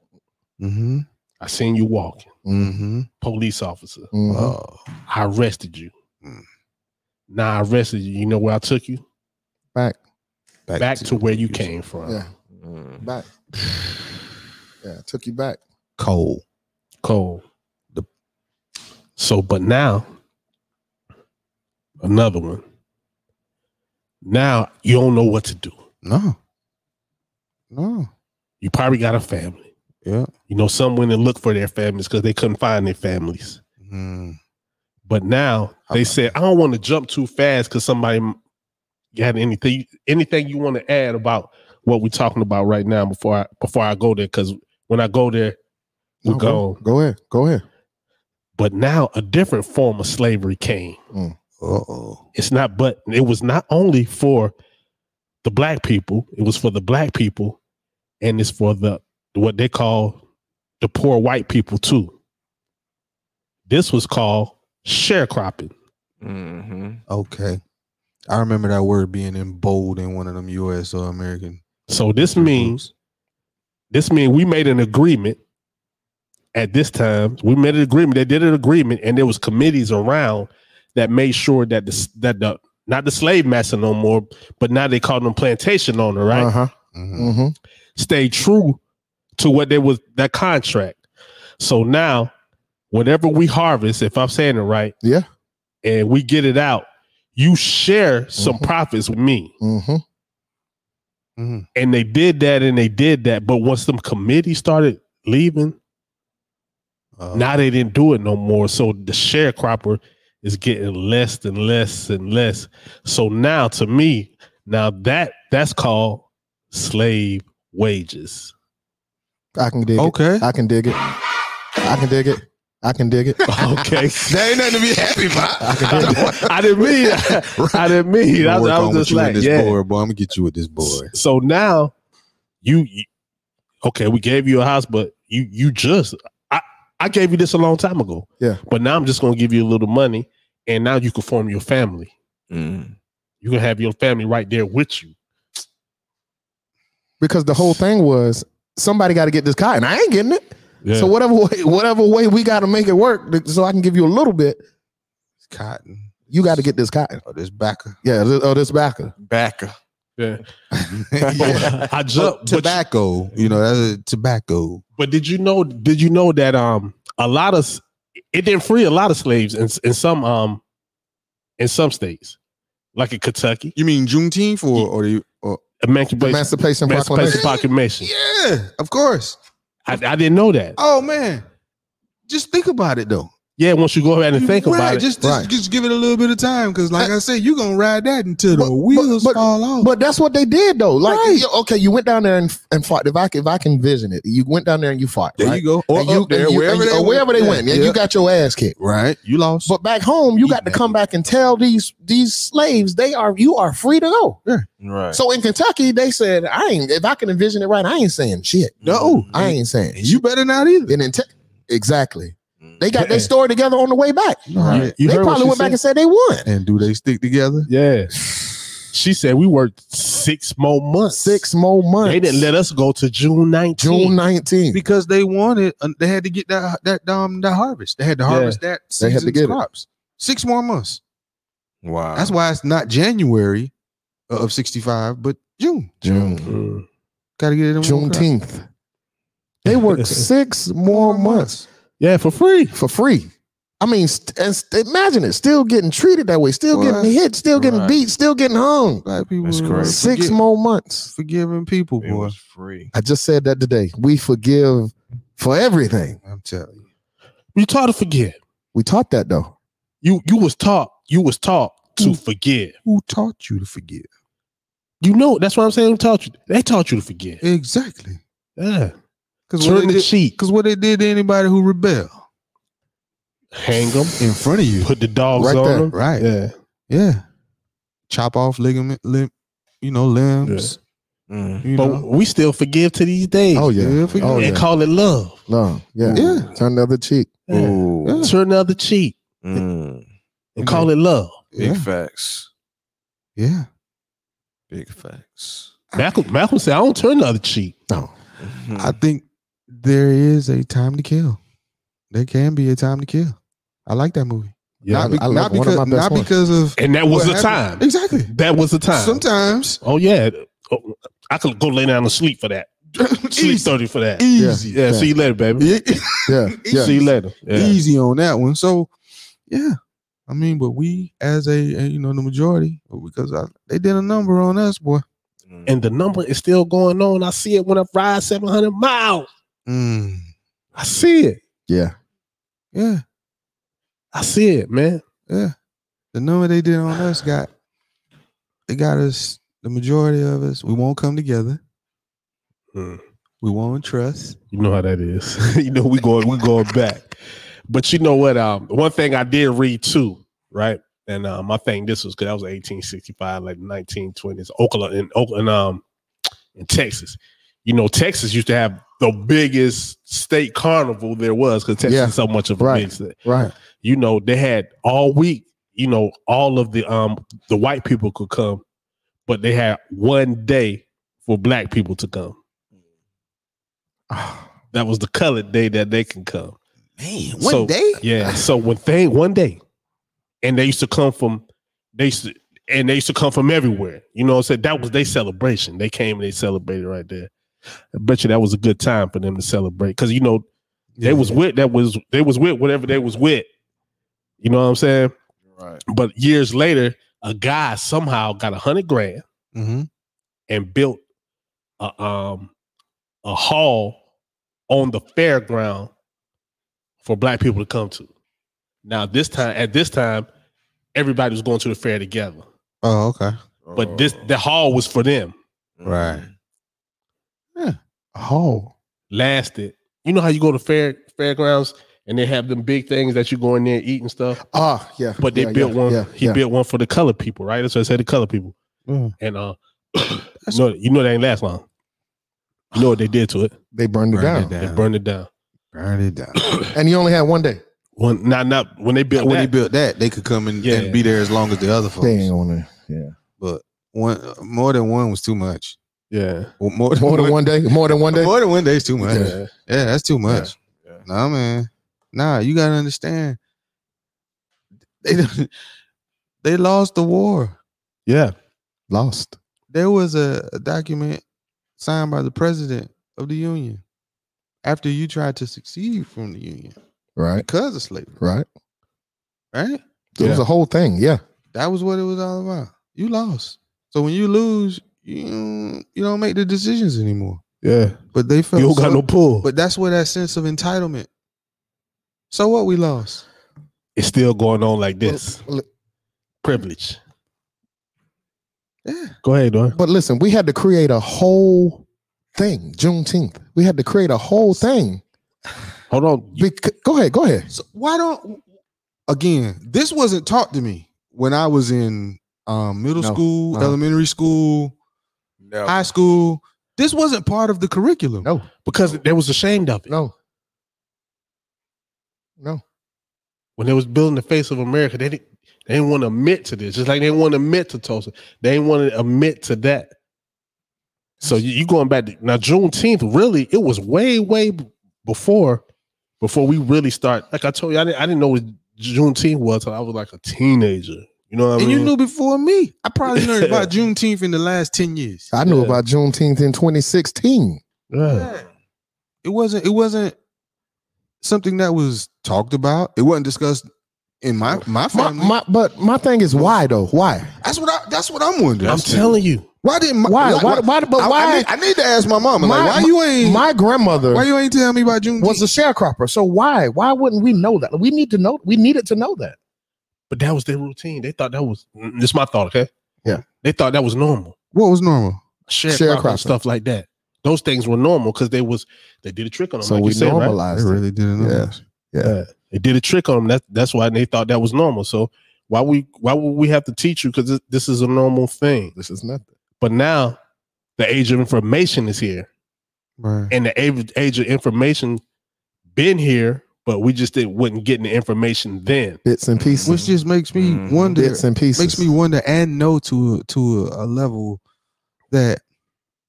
A: Mm-hmm.
C: I seen you walking,
A: Mm-hmm.
C: police officer.
B: Mhm.
A: Uh-huh. Oh.
C: I arrested you.
A: Mm.
C: Now I arrested you. You know where I took you?
B: Back,
A: Back,
C: Back to where you came from.
B: yeah,
E: Mm.
B: back. Yeah, I took you back.
A: cold.
C: Cold. The- so, but now, another one. Now you don't know what to do.
A: No. No.
C: You probably got a family.
A: Yeah.
C: You know, some went and looked for their families because they couldn't find their families.
A: Mm.
C: But now
A: How
C: they
A: about
C: said, I don't want to jump too fast because somebody m- got anything anything you want to add about what we're talking about right now before I before I go there because when I go there, we're
B: No,
C: gone.
B: Go ahead. Go ahead.
C: But now a different form of slavery came.
A: Uh-oh.
C: It's not but it was not only for the black people, it was for the black people, and it's for the what they call the poor white people too. This was called sharecropping.
E: Mm-hmm.
A: Okay. I remember that word being in bold in one of them US or American.
C: So this
A: Mm-hmm.
C: means this means we made an agreement at this time we made an agreement they did an agreement and there was committees around that made sure that the that the not the slave master no more but now they call them plantation owner right
B: Uh huh.
A: Mhm.
B: hmm
C: stay true to what they was that contract so now whatever we harvest if i'm saying it right
B: Yeah.
C: and we get it out you share some
B: Mhm.
C: profits with me
B: hmm
C: and they did that and they did that but once them committees started leaving
A: Uh,
C: Now they didn't do it no more. So the sharecropper is getting less and less and less. So now to me, now that that's called slave wages.
B: I can dig
A: Okay.
B: it. I can dig it. I can dig it. I can dig it.
C: Okay.
A: There ain't nothing to be happy about.
B: I can dig it.
C: I didn't mean I didn't mean I,
A: I'm
C: was-
A: gonna work
C: I
A: on with
C: was just
A: you and
C: like
A: this
C: yeah.
A: boy, boy. I'm gonna get you with this boy.
C: So now you, you- okay, we gave you a house, but you you just I I gave you this a long time ago.
B: Yeah.
C: But now I'm just gonna give you a little money and now you can form your family.
E: Mm.
C: You can have your family right there with you.
B: Because the whole thing was somebody got to get this cotton. I ain't getting it. So whatever way, whatever way we got to make it work, th- so I can give you a little bit.
A: It's cotton
B: You got to get this cotton.
A: or this backer.
B: Yeah. This, oh, this backer.
E: Backer.
C: yeah.
A: Yeah.
C: I jumped. But,
A: tobacco, you know, that's a tobacco.
C: but did you know? Did you know that um a lot of s- it didn't free a lot of slaves in in some um in some states, like in Kentucky,
A: You mean Juneteenth or or, the, or
C: Emancipation,
B: Emancipation
C: Emancipation
B: Proclamation.
C: Proclamation.
A: yeah, of course.
C: I, I didn't know that.
A: Oh man, just think about it though.
C: Yeah, once you go ahead and think
A: right,
C: about it,
A: just just,
B: Right.
A: just give it a little bit of time because, like I, say, you gonna ride that until
B: But-
A: the
B: but-
A: wheels
B: but-
A: fall off.
B: But that's what they did though. Like,
A: Right.
B: you- okay, you went down there and, and fought. If I can- if I can vision it, you went down there and you fought.
A: there
B: right?
A: you go, or
B: And you,
A: up there,
B: and you-
A: wherever,
B: and you-
A: they
B: or wherever they
A: went.
B: went,
A: Yeah,
B: and
A: yeah.
B: you got your ass kicked.
A: right. You lost.
B: But back home, you
A: You
B: got to
A: mad.
B: come back and tell these these slaves they are you are free to go.
E: Right.
B: So in Kentucky, they said, I ain't if I can envision it right, I ain't saying shit.
A: no,
C: Mm-hmm.
B: I ain't saying.
A: and you better not either.
B: And in te- exactly,
E: Mm.
B: they got they story together on the way back.
C: Right. Mm-hmm. You
B: they
C: heard what
B: probably
C: she
B: went back
C: said?
B: and said they won.
A: And do they stick together?
C: yeah. She said we worked six more months.
B: Six more months.
C: They didn't let us go to June 19th.
B: June nineteenth.
A: Because they wanted, uh, they had to get that that um that harvest. They had to
C: Yeah.
A: harvest that
B: They had to
A: season's
B: get it.
A: crops. Six more months.
E: Wow.
A: That's why it's not January of '65, but June.
B: June
C: Mm.
A: Got to get it in one crop.
B: Juneteenth. They worked six more months
C: Yeah, for free.
B: for free. I mean, st- and st- imagine it. Still getting treated that way. Still
A: What?
B: getting hit. Still getting
E: Right.
B: beat. Still getting hung.
A: Black people.
E: That's
A: are
E: crazy.
B: Six
A: forgi-
B: more months.
A: forgiving people,
E: It
A: boy.
E: was free.
B: I just said that today. We forgive for everything.
A: I'm telling you.
C: You taught to forgive.
B: We taught that though.
C: You you was taught. You was taught to
B: Mm.
C: forgive.
A: Who taught you to forgive?
C: You know that's what I'm saying. They taught you. They taught you to forgive.
A: Exactly.
C: Yeah.
A: Because what,
C: Turn
A: they
C: the
A: did-
C: cheek.
A: 'cause what they did to anybody who rebelled
C: Hang them.
A: in front of you.
C: Put the dogs
B: Right
C: on
B: there.
C: them.
A: Right. Yeah.
C: Yeah.
A: Chop off ligament, limb, you know, limbs.
E: Mm.
A: You
C: But
A: know.
C: we still forgive to these days.
B: Oh yeah.
A: Yeah, forgive.
B: Oh
C: and
B: yeah.
C: call it love.
B: No. Yeah.
A: Yeah.
B: Turn the other cheek.
C: Yeah.
E: Ooh.
A: Yeah.
C: Turn the other cheek
E: Mm.
C: and call it love.
E: Big
A: Yeah.
E: facts.
A: Yeah.
E: Big facts.
C: Malcolm, Malcolm said, I don't turn the other cheek.
B: No.
E: Mhm.
A: I think there is a time to kill. There can be a time to kill. I like that movie.
B: Yeah.
A: not be-
B: I, I love
A: not
B: one
A: because
B: of my best
A: not
B: ones.
A: because of
C: And that was
A: what
C: the
A: happened.
C: time.
A: Exactly.
C: That was the time.
A: Sometimes
C: Oh, yeah. Oh, I could go lay down and sleep for that. Sleep
A: easy.
C: 30 for that.
A: Easy.
C: Yeah, see you later, baby.
B: Yeah. Yeah.
C: See you later. Yeah.
A: easy on that one. So, yeah, I mean, but we as a, a- you know the majority because I, they did a number on us, boy.
E: Mm.
C: And the number is still going on. I see it when I ride 700 miles.
A: Mm,
C: I see it.
B: Yeah.
A: yeah,
C: I see it, man.
A: yeah. The number they did on us got they got us the majority of us. We won't come together.
E: Hmm.
C: Mm.
A: We won't trust.
C: You know how that is. you know, we going we going back. But you know what? Um, one thing I did read too, right? And um, I think this was because that was 1865, like 1920s, Oakland in Oakland, um, in Texas. You know, Texas used to have the biggest state carnival there was because Texas
B: Yeah.
C: is so much of a
B: Right.
C: big state.
B: Right.
C: You know, they had all week. You know, all of the um the white people could come, but they had one day for black people to come.
B: Ah.
C: That was the colored day that they can come.
A: Man,
C: one So-
A: day.
C: Yeah. So when thing one day, and they used to come from they used to, and they used to come from everywhere. You know what I'm saying? That was their celebration. They came and they celebrated right there. I bet you that was a good time for them to celebrate. Cause you know, they was with that was they was with whatever they was with. You know what I'm saying?
E: Right.
C: But years later, a guy somehow got a hundred grand
A: Mm-hmm.
C: and built a um a hall on the fairground for black people to come to. Now this time at this time, everybody was going to the fair together.
A: Oh, okay.
C: But this
E: Oh.
C: the hall was for them.
E: Mm.
A: Right.
B: Oh.
C: Lasted. You know how you go to fair fairgrounds and they have them big things that you go in there and eat and stuff.
B: Ah. Yeah.
C: But they
B: yeah,
C: built
B: yeah,
C: one.
B: Yeah.
C: he
B: yeah.
C: built one for the colored people, right? That's what I said the colored people.
A: Mhm.
C: And uh no, you know that ain't last long. You know what they did to it?
B: They burned it down.
C: They burned it down.
A: Burn it down.
B: And you only had one day.
C: When not not when they built
A: when
C: that,
A: they built that, they could come and,
C: Yeah.
A: and be there as long as the other folks.
B: They ain't on there. Yeah.
A: But one more than one was too much.
C: yeah.
A: Well, More
B: More than one day. More than one day.
A: More than one day is too much. Yeah,
B: Yeah.
A: that's too much.
E: Yeah.
A: Nah, man. Nah, you gotta understand. They done- they lost the war.
C: Yeah.
B: Lost.
A: There was a, a document signed by the president of the union after you tried to succeed from the union.
B: Right.
A: because of slavery,
B: Right.
A: right?
B: It was a whole thing. Yeah.
A: That was what it was all about. You lost. So when you lose, you you don't make the decisions anymore.
C: Yeah.
A: But they felt
C: You don't got
A: so-
C: no pull.
A: But that's where that sense of entitlement. So what we lost?
C: It's still going on like this.
B: Well,
C: Privilege.
A: Yeah.
C: Go ahead, Dwayne.
B: But listen, we had to create a whole thing. Juneteenth. We had to create a whole thing.
C: Hold on. You-
B: Bec- go ahead. Go ahead.
A: So why don't again, this wasn't taught to me when I was in um, middle
B: No.
A: school,
B: Uh-huh.
A: elementary school,
B: Oh.
E: No.
A: high school. This wasn't part of the curriculum.
B: No.
C: because they was ashamed of it.
B: No. No.
C: When they was building the face of America, they didn't they didn't want to admit to this. Just like they didn't want to admit to Tulsa. They didn't want to admit to that. So you, you going back to now Juneteenth, really, it was way, way b- before before we really start. Like I told you, I didn't I didn't know what Juneteenth was till I was like a teenager. You know what I
A: and
C: mean?
A: you knew before me. I probably learned about Juneteenth in the last 10 years.
B: I knew
C: Yeah.
B: about Juneteenth in 2016.
C: yeah.
A: It wasn't it wasn't something that was talked about. It wasn't discussed in my my
B: My,
A: family.
B: my, but my thing is why though? Why?
A: that's what I that's what I'm wondering.
C: I'm telling you.
A: why didn't my,
B: Why? Why? Why?
A: I-
B: But
A: I,
B: why?
A: need, I need to ask my mama.
B: My-
A: like, why you ain't
B: My grandmother
A: why you ain't tell me about Juneteenth?
B: was a sharecropper. So why? Why wouldn't we know that? We need to know. We needed to know that.
C: But that was their routine. They thought that was this my thought, okay?
B: Yeah.
C: They thought that was normal.
A: what was normal?
C: Sharecropping,
B: Sharecropping.
C: stuff like that. Those things were normal because they was they did a trick on them.
B: So
C: like
B: we
C: you said, right?
A: They
B: normalized it.
A: really didn't know.
B: Yeah.
A: this.
C: They did a trick on them. That, that's why they thought that was normal. So why we why would we have to teach you? Because this, this is a normal thing.
B: This is nothing.
C: But now the age of information is here,
A: Right.
C: and the age, age of information been here, but we just didn't wasn't getting the information then.
B: Bits and pieces.
A: Which just makes me
B: Mm-hmm.
E: Mhm.
A: wonder.
B: Bits and pieces.
A: Makes me wonder and know to to a, a level that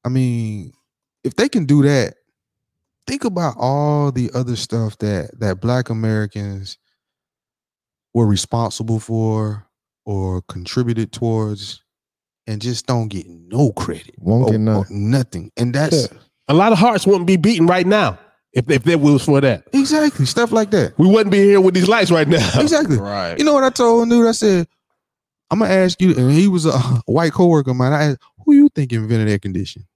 A: I mean, if they can do that, think about all the other stuff that that Black Americans were responsible for or contributed towards, and just don't get no credit.
B: Won't
A: or-
B: get none.
A: or nothing. And that's
C: A lot of hearts wouldn't be beaten right now if if there was for that.
A: exactly stuff like that.
C: We wouldn't be here with these lights right now.
A: Exactly.
E: Right.
A: You know what I told a dude? I said, I'm gonna ask you, and he was a white coworker of mine. I asked, who you think invented air conditioning?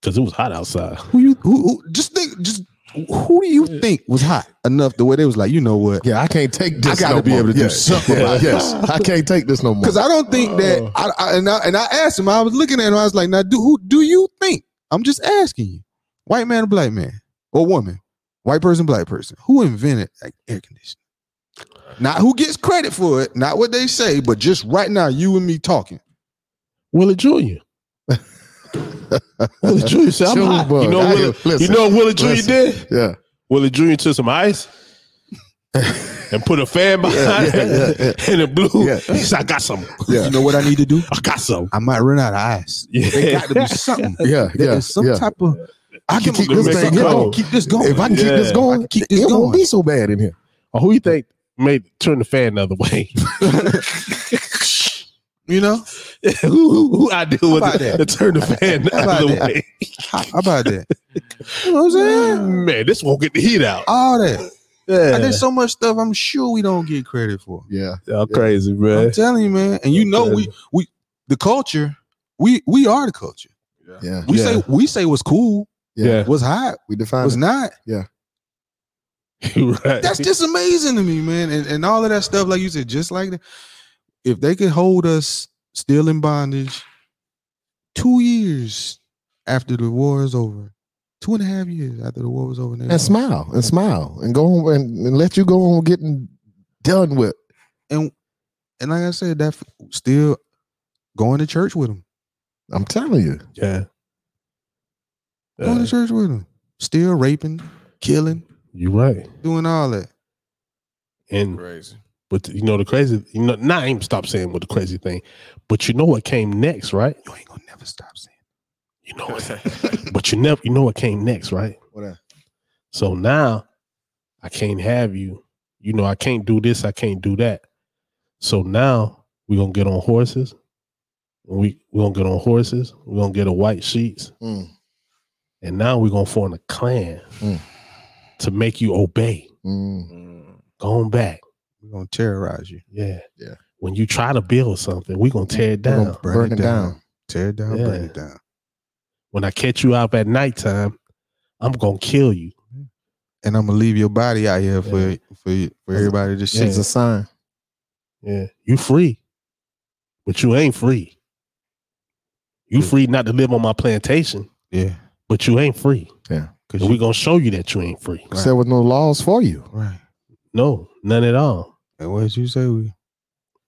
C: Because it was hot outside.
A: Who you who, who just think just who do you think was hot enough the way they was like, you know what?
B: Yeah, I can't take this.
A: gotta
B: no
A: be
B: more.
A: able to do
B: Yeah,
A: something
B: yeah,
A: about
B: yes. I can't take this no more.
A: Because I don't think
B: Uh.
A: that I, I and I and I asked him, I was looking at him, I was like, now do who do you think? I'm just asking you. White man or black man or woman, white person, black person, who invented like air conditioning? Not who gets credit for it, not what they say, but just right now, you and me talking.
C: Willie Jr. Willie Jr. said, I'm
B: Chill,
C: hot.
B: bud.
C: You know,
B: I-
C: Willie, you
B: listen,
C: know what Willie Jr.
B: listen.
C: did?
B: yeah,
C: Willie Jr. took some ice and put a fan behind
B: yeah, yeah, yeah.
C: it and it blew.
B: Yeah.
C: He said, I got some.
A: You know what I need to do?
C: I got some.
A: I might run out of ice.
C: Yeah.
A: They got to be something.
B: yeah,
A: There
B: yeah,
A: is some
B: yeah.
A: type of I
B: can
A: can
B: keep
A: keep
C: this
A: this
C: thing going.
A: Keep this going.
B: If I can keep
C: Yeah.
B: this going,
A: keep
B: it
A: this
B: won't
A: going.
B: be so bad in here.
C: Or who you think made turn the fan the other way?
A: you know,
C: who, who, who idea was
A: about
C: it
A: that?
C: to turn the fan the
A: How about
C: other
A: that?
C: way?
A: how how about that? You know what I'm saying?
C: Man, this won't get the heat out.
A: All that. And
C: Yeah.
A: there's so much stuff I'm sure we don't get credit for.
B: Yeah,
C: Y'all crazy,
A: I'm
C: man.
A: telling you, man. And you know we we the culture, we we are the culture.
B: yeah,
A: We
C: Yeah.
A: say we say what's cool,
C: Yeah.
A: what's hot,
B: We define
A: what's
B: it.
A: not.
C: You right.
A: That's just amazing to me, man. And and all of that stuff, like you said, just like that. If they could hold us still in bondage two years after the war is over, two and a half years after the war was over, they
B: and
A: lost.
B: smile and smile and go on and, and let you go on getting done with.
A: and and like I said, that f- still going to church with them,
B: I'm telling you,
C: yeah. Uh,
A: going
C: Yeah.
A: to church with them, still raping, killing,
C: you right.
A: doing all that.
C: And
E: Crazy.
C: But you know the crazy, you know, not even stop saying what the crazy thing. But you know what came next, right?
A: You ain't gonna never stop saying.
C: You know what? but you never, you know what came next, right? So now, I can't have you. You know, I can't do this. I can't do that. So now we gonna get on horses. We we gonna get on horses. We are gonna get a white sheets,
B: Mm.
C: and now we are gonna form a clan
B: Mm.
C: to make you obey.
B: Mm.
C: Going back.
A: We're gonna terrorize you.
C: Yeah.
A: Yeah.
C: When you try to build something, we're gonna tear it
B: We're
C: down.
B: gonna burn it down.
A: Tear it down, burn
C: Yeah.
A: it down.
C: When I catch you out at nighttime, I'm gonna kill you.
A: And I'm gonna leave your body out here for
C: Yeah.
A: for for everybody to see.
B: It's a sign.
C: Yeah. You free. But you ain't free. You free not to live on my plantation,
A: Yeah.
C: but you ain't free.
A: Cause
C: And we gonna show you that you ain't free.
B: Because there was no laws for you.
A: right.
C: No, none at all.
A: And what did you say? We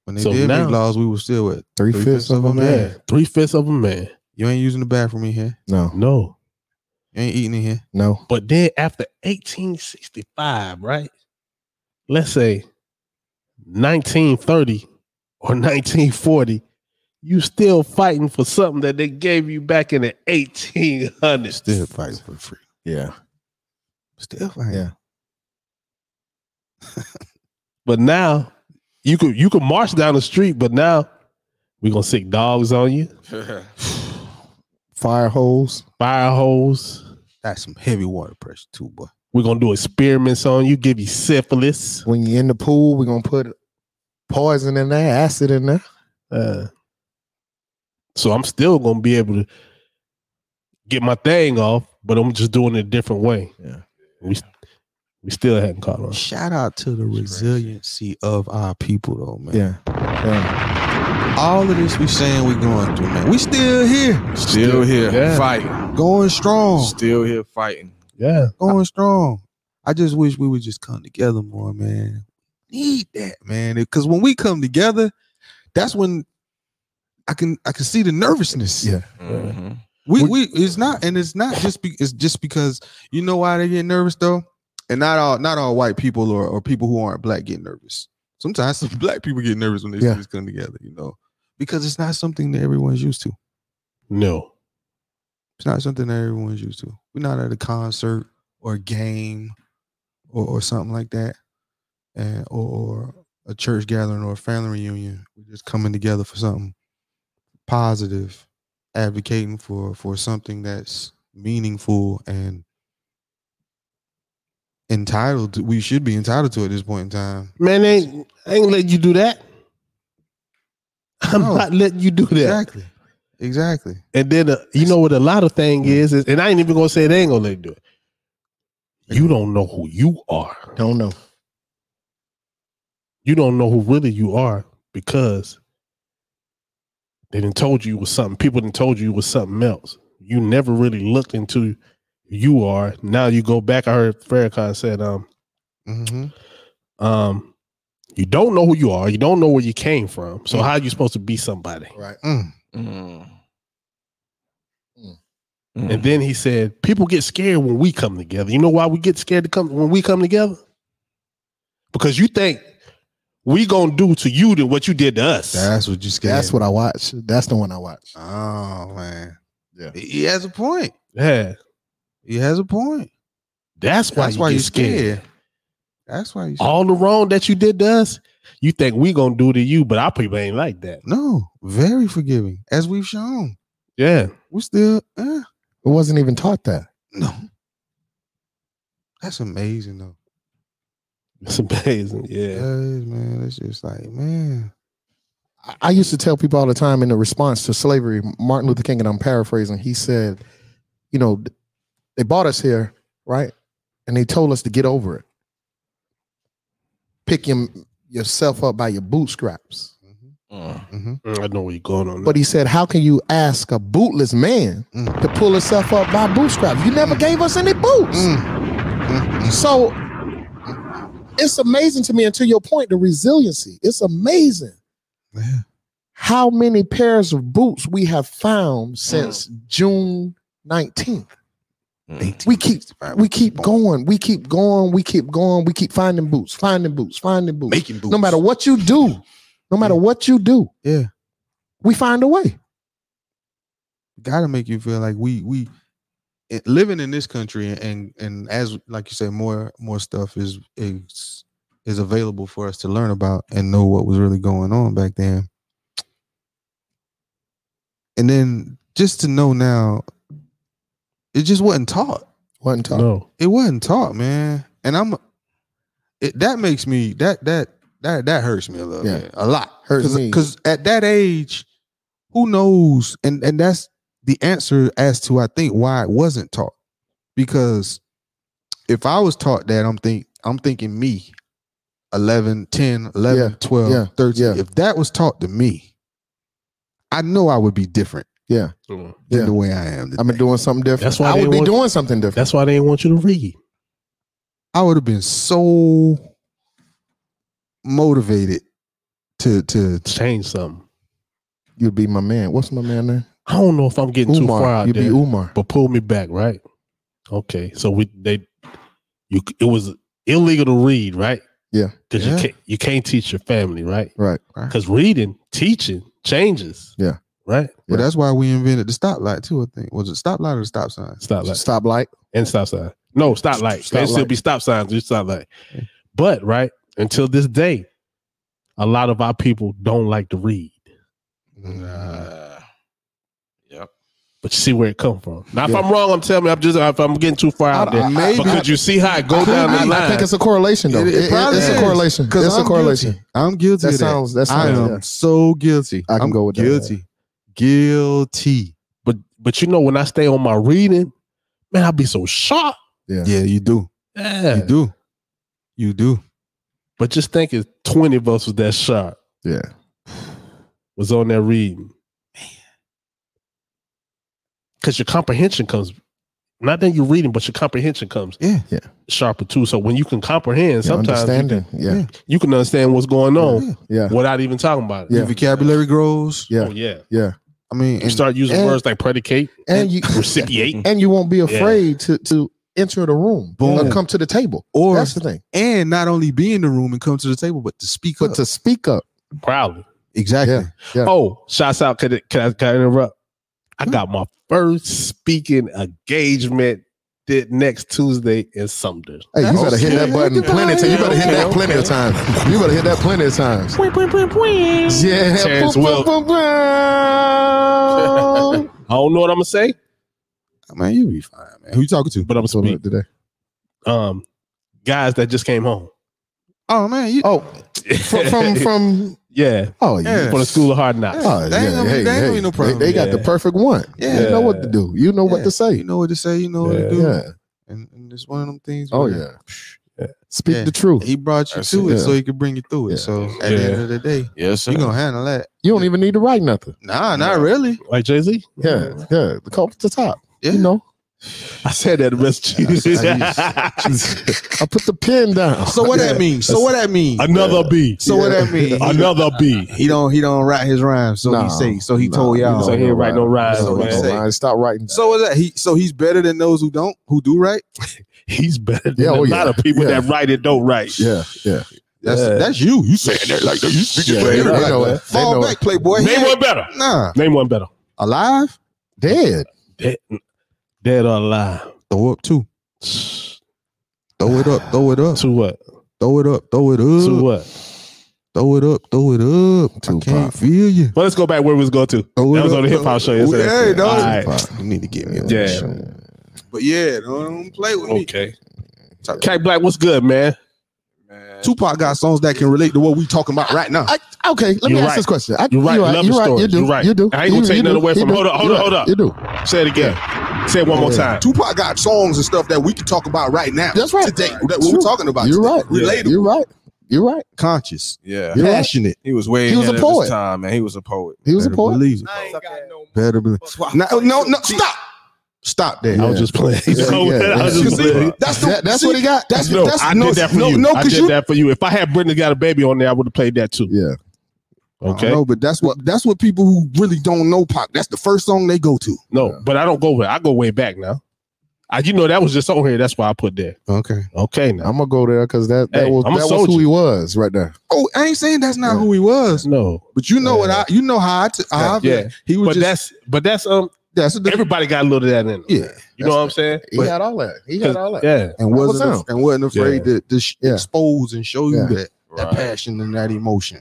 A: when they
C: So
A: did
C: now-
A: make laws, we were still at
B: Three fifths of a man.
C: Yeah. Three fifths of a man.
A: You ain't using the bathroom in here.
B: No,
C: No.
A: You ain't eating in here.
B: no.
C: But then after 1865, right? Let's say 1930 or 1940, you still fighting for something that they gave you back in the 1800s.
A: Still fighting for free.
B: Yeah.
A: Still fighting.
B: Yeah.
C: But now you could you could march down the street, but now we're gonna stick dogs on you,
B: Fire holes.
C: fire hose.
A: That's some heavy water pressure too, boy.
C: We're gonna do experiments on you, give you syphilis.
B: When you're in the pool, we're going to put poison in there, acid in there.
C: Uh, so I'm still gonna be able to get my thing off, but I'm just doing it a different way.
B: Yeah.
C: We we still hadn't caught on.
A: Shout out to the resiliency of our people though, man.
B: Yeah. yeah.
A: All of this we saying we going through, man. We still here.
E: Still here
C: Yeah.
E: fighting.
A: Going strong.
E: Still here fighting.
C: Yeah.
A: Going strong. I just wish we would just come together more, man. Need that, man. Because when we come together, that's when I can I can see the nervousness.
B: Yeah.
E: Mhm.
A: We we it's not and it's not just be, it's just because you know why they get nervous though, and not all not all white people or, or people who aren't black get nervous. Sometimes some black people get nervous when they
B: Yeah.
A: see this come together, you know, because it's not something that everyone's used to.
C: No.
A: It's not something that everyone's used to. We're not at a concert or a game or, or something like that, and or, or a church gathering or a family reunion. We're just coming together for something positive, advocating for for something that's meaningful and entitled. To, we should be entitled to at this point in time.
C: Man, I ain't, I ain't letting you do that. I'm
A: No.
C: not letting you do that.
A: Exactly, exactly.
C: And then uh, you know what a lot of thing is, is, and I ain't even gonna say they ain't gonna let you do it. You don't know who you are.
B: Don't know.
C: You don't know who really you are because they didn't told you you was something. People didn't told you you was something else. You never really looked into who you are. Now you go back. I heard Farrakhan said, um,
A: hmm
C: um, you don't know who you are. You don't know where you came from. So how are you supposed to be somebody?
B: Right.
E: Mm.
C: And then he said, "People get scared when we come together. You know why we get scared to come when we come together? Because you think we gonna do to you than what you did to us.
A: That's what you scared.
B: That's what I watch. That's the one I watch.
A: Oh man,
B: Yeah.
A: He- he has a point.
C: yeah,
A: He has a point.
C: that's why.
A: That's
C: you
A: why
C: get
A: you
C: scared.
A: scared. That's why you
C: All the wrong that you did to us, you think we gonna do to you, but our people ain't like that.
A: no very forgiving, as we've shown.
C: Yeah,
A: We're still eh,
B: It wasn't even taught that.
A: no. That's amazing though.
C: it's amazing. Yeah,
A: That is, man. It's just like man.
B: I- I used to tell people all the time in the response to slavery, Martin Luther King, and I'm paraphrasing, he said, you know, th- they bought us here, right? And they told us to get over it. Pick your, yourself up by your bootstraps.
A: Mm-hmm.
E: Mm.
C: Mm, I know where you're going on.
B: But he said, how can you ask a bootless man
A: Mm.
B: to pull himself up by bootstraps? You never gave us any boots.
C: Mm.
B: So it's amazing to me, and to your point, the resiliency. It's amazing
A: Yeah.
B: how many pairs of boots we have found since June 19th. We keep we keep going, we keep going, we keep going, we keep finding boots, finding boots, finding boots.
A: making
E: Mm.
A: boots.
B: No matter what you do, no matter what you do,
A: Yeah.
B: we find a way.
A: gotta make you feel like we we it, living in this country and and as like you say more more stuff is is is available for us to learn about and know what was really going on back then and then just to know now it just wasn't taught
B: Wasn't taught.
C: no,
A: it wasn't taught man and i'm it, that makes me that that that that hurts me a little
B: Yeah.
A: bit, a lot.
B: Hurts
A: Cause,
B: me.
A: 'cause at that age, who knows? And and that's the answer as to I think why it wasn't taught. Because if I was taught that, I'm think I'm thinking me, 11, 10, 11,
B: Yeah.
A: 12,
B: Yeah.
A: 13.
B: Yeah.
A: If that was taught to me, I know I would be different
B: Yeah,
A: than
B: Yeah.
A: the way I am.
B: I've
A: Today.
B: been doing something different.
C: That's
B: I
C: why they
B: would be
C: want-
B: doing something different.
C: That's why they didn't want you to read.
A: I would have been so motivated to to
C: Change something.
B: You'd be my man. What's my man name?
C: I don't know if I'm getting too far
B: Umar.
C: out
B: You'd
C: there,
B: be Umar.
C: but pull me back, right? Okay, so we they you it was illegal to read, right?
B: Yeah.
C: because
A: Yeah.
C: you can't you can't teach your family, right?
B: Right.
C: Because reading, teaching changes.
B: Yeah.
C: right.
A: But
B: Yeah.
A: that's why we invented the stoplight too. I think was it stoplight or the stop sign?
C: Stop that.
B: Stop light.
C: and stop sign. No, stop light.
B: Stop
C: they still
B: light.
C: be stop signs. You stop light. But right until this day, a lot of our people don't like to read.
E: Nah. Yep.
C: But you see where it come from. Now, if
B: Yeah.
C: I'm wrong, I'm telling me. I'm just if I'm getting too far out
B: I-
C: there.
B: I-
A: maybe-
C: but could you see how it
B: I,
C: go down
B: I-
C: the
B: I think
C: line?
B: it's a correlation though.
A: It-
B: It,
A: it
B: it-
A: probably
B: it's
A: is.
B: a correlation. It's a
A: I'm
B: correlation.
A: Guilty. I'm guilty.
B: That
A: of that.
B: sounds. That
A: I
B: sounds.
A: am
B: yeah.
A: so guilty.
B: I can
A: I'm
B: go with that.
A: guilty. Guilty.
C: But but you know when I stay on my reading, man, I be so sharp.
B: Yeah.
A: Yeah, you do.
C: Yeah.
A: You do. You do.
C: But just think if twenty of us was that sharp,
B: Yeah.
C: was on that reading, because your comprehension comes. Not that you're reading, but your comprehension comes
A: Yeah.
C: sharper too. So when you can comprehend,
B: Yeah,
C: sometimes you can,
B: understanding. Yeah.
C: you can understand what's going on
A: Yeah.
B: Yeah.
C: without even talking about it.
B: Yeah.
A: Your vocabulary grows.
B: Yeah.
C: Oh yeah.
A: I mean,
C: You
A: and
C: start using
B: and-
C: words like predicate,
B: And you
C: recipiate.
B: and you won't be
C: Yeah.
B: afraid to to enter the room
A: Boom.
B: or come to the table.
A: Or-
B: that's the thing.
A: and not only be in the room and come to the table, but to speak
B: But
A: up.
B: to speak up.
C: Probably.
A: exactly.
B: Yeah. Yeah.
C: Oh, shouts out. Can, I- can, I, can I interrupt? I
B: Mm-hmm.
C: got my first speaking engagement did next Tuesday in Sumter.
B: Hey, you better hit that
A: Okay.
B: button plenty. Of, you better hit that plenty of times. You better hit that plenty of times. Yeah,
C: Terrence Wilk. I don't know what I'm gonna say,
A: Man, you be fine, man. Who you talking to?
C: but I'm gonna
B: That's what I
C: speak.
B: did today.
C: Um, guys that just came home.
A: Oh man, you
B: Oh, from from, from
C: yeah,
B: oh yeah.
A: Yeah.
C: from the school of hard knocks.
B: Oh,
A: They ain't
B: yeah.
A: gonna be-
B: Hey,
A: they ain't gonna
B: hey,
A: be no problem.
B: They, they got
C: Yeah.
B: the perfect one.
A: Yeah.
B: You know what to do. You know what
A: Yeah.
B: to say.
A: you know what to say, you know what
C: Yeah.
A: to do.
B: Yeah.
A: And, and it's one of them things.
B: Oh
A: where-
B: yeah. Speak the truth.
A: He brought you
E: That's
A: to
B: it.
A: it
B: Yeah.
A: so he could bring you through it.
B: Yeah.
A: So at the end
C: Yeah.
A: of the day,
E: Yes, sir.
A: you gonna handle that.
B: You don't even need to write nothing.
A: Nah, not really.
C: Like Jay Z.
B: Yeah, yeah. The call to the top.
A: Yeah.
B: You know,
C: I said that best
B: I put the pen down.
A: So what that mean? So what that mean?
C: Another B.
A: So what that mean?
C: Another B.
A: He don't he don't write his rhymes, so
B: Nah,
A: he say. So he
B: nah,
A: told
B: you
A: y'all.
C: So he ain't write no rhymes.
A: So
B: Oh, No,
A: what
C: man.
A: he say?
B: no, no, Stop writing.
A: So what that he so he's better than those who don't who do right.
C: He's better than
B: Yeah, oh,
C: a
B: yeah.
C: lot of people
B: Yeah.
C: that write and don't write.
B: Yeah, yeah.
A: That's
C: Yeah.
A: that's you. You saying that like that. You speaking
B: Yeah,
A: yeah,
B: they
A: you
B: know
A: right.
B: it. They
A: Fall
B: know
A: back, playboy.
C: Name
A: He
C: one
A: ain't-
C: better.
A: Nah,
C: Name one better.
A: alive.
B: Dead.
C: Dead, dead or alive.
A: Throw up too. Throw it up. Throw it up.
C: To what?
A: Throw it up. Throw it up.
C: To what?
A: Throw it up. Throw it up. I
B: Tupac.
A: can't feel you.
C: Well, let's go back where we was going to.
A: Throw
C: That
A: it
C: was
A: up,
C: on the
A: throw-
C: hip hop show.
A: We-
C: yesterday.
A: Hey, dog.
C: All right.
A: You need to get me.
C: Yeah.
A: But yeah, don't, don't play with me.
C: Okay. K Black, what's good, man?
E: Man.
A: Tupac got songs that can relate to what we talking about right now.
B: I, okay, let me
C: You're
B: ask
C: right.
B: this question. I,
C: You're right.
B: You
C: Love
B: you
C: the story.
B: You do.
C: You're right.
B: You do.
C: I ain't gonna
B: You-
C: take
B: you
C: nothing
B: do.
C: away
B: You
C: from-
B: do.
C: hold up, hold
B: You
C: up,
B: do.
C: hold up.
B: You do.
C: Say it again. Say it one more
B: Yeah.
C: time.
A: Tupac got songs and stuff that we can talk about right now.
B: That's right.
A: Today, that we're
B: True.
A: talking about.
B: You're
A: today.
B: right.
A: Relatable.
B: You're right. You're right.
A: Conscious.
E: Yeah.
B: You're right.
A: passionate.
E: He was way
B: He was
E: ahead
B: a
E: of his
B: poet.
E: time, man. He was a poet.
B: He was a poet.
A: Believe it. Better believe. No, no, no, stop. Stop there.
C: I was
B: Yeah.
C: just playing.
B: Yeah, yeah,
C: Oh, I was
B: yeah.
C: just
A: See,
C: playing.
A: that's the,
B: That- that's
A: see,
B: what he got.
A: That's
C: No,
A: that's
C: I
A: no,
C: did that for
A: no,
C: you.
A: No,
C: I
A: because
C: did
A: you.
C: that for you. If I had Brittany got a baby on there, I would have played that too.
B: Yeah.
A: I
C: Okay.
A: know, but that's what that's what people who really don't know Pac. That's the first song they go to.
C: No, but I don't go with. I go way back now. I, you know, that was just on here. That's why I put there.
A: Okay.
C: Okay, now.
B: I'm gonna go there because that that
C: Hey,
B: was
C: I'm a
B: that was
C: soldier.
B: who he was right there.
A: Oh, I ain't saying that's not
B: Yeah.
A: who he was,
C: No,
A: but you know what I. You know how I. T- how I
C: Yeah.
A: He was
C: but
A: just.
C: that's but that's um
A: That's a different.
C: everybody got a little of that in. Them.
A: Yeah.
C: you know what I'm saying?
B: He
A: But-
B: had all that. He had all that.
C: Yeah,
A: And
B: That was
A: wasn't
B: him.
A: af- and wasn't afraid to, to sh-
B: Yeah.
A: expose and show you
B: Yeah.
A: that that
E: Right.
A: passion and that emotion.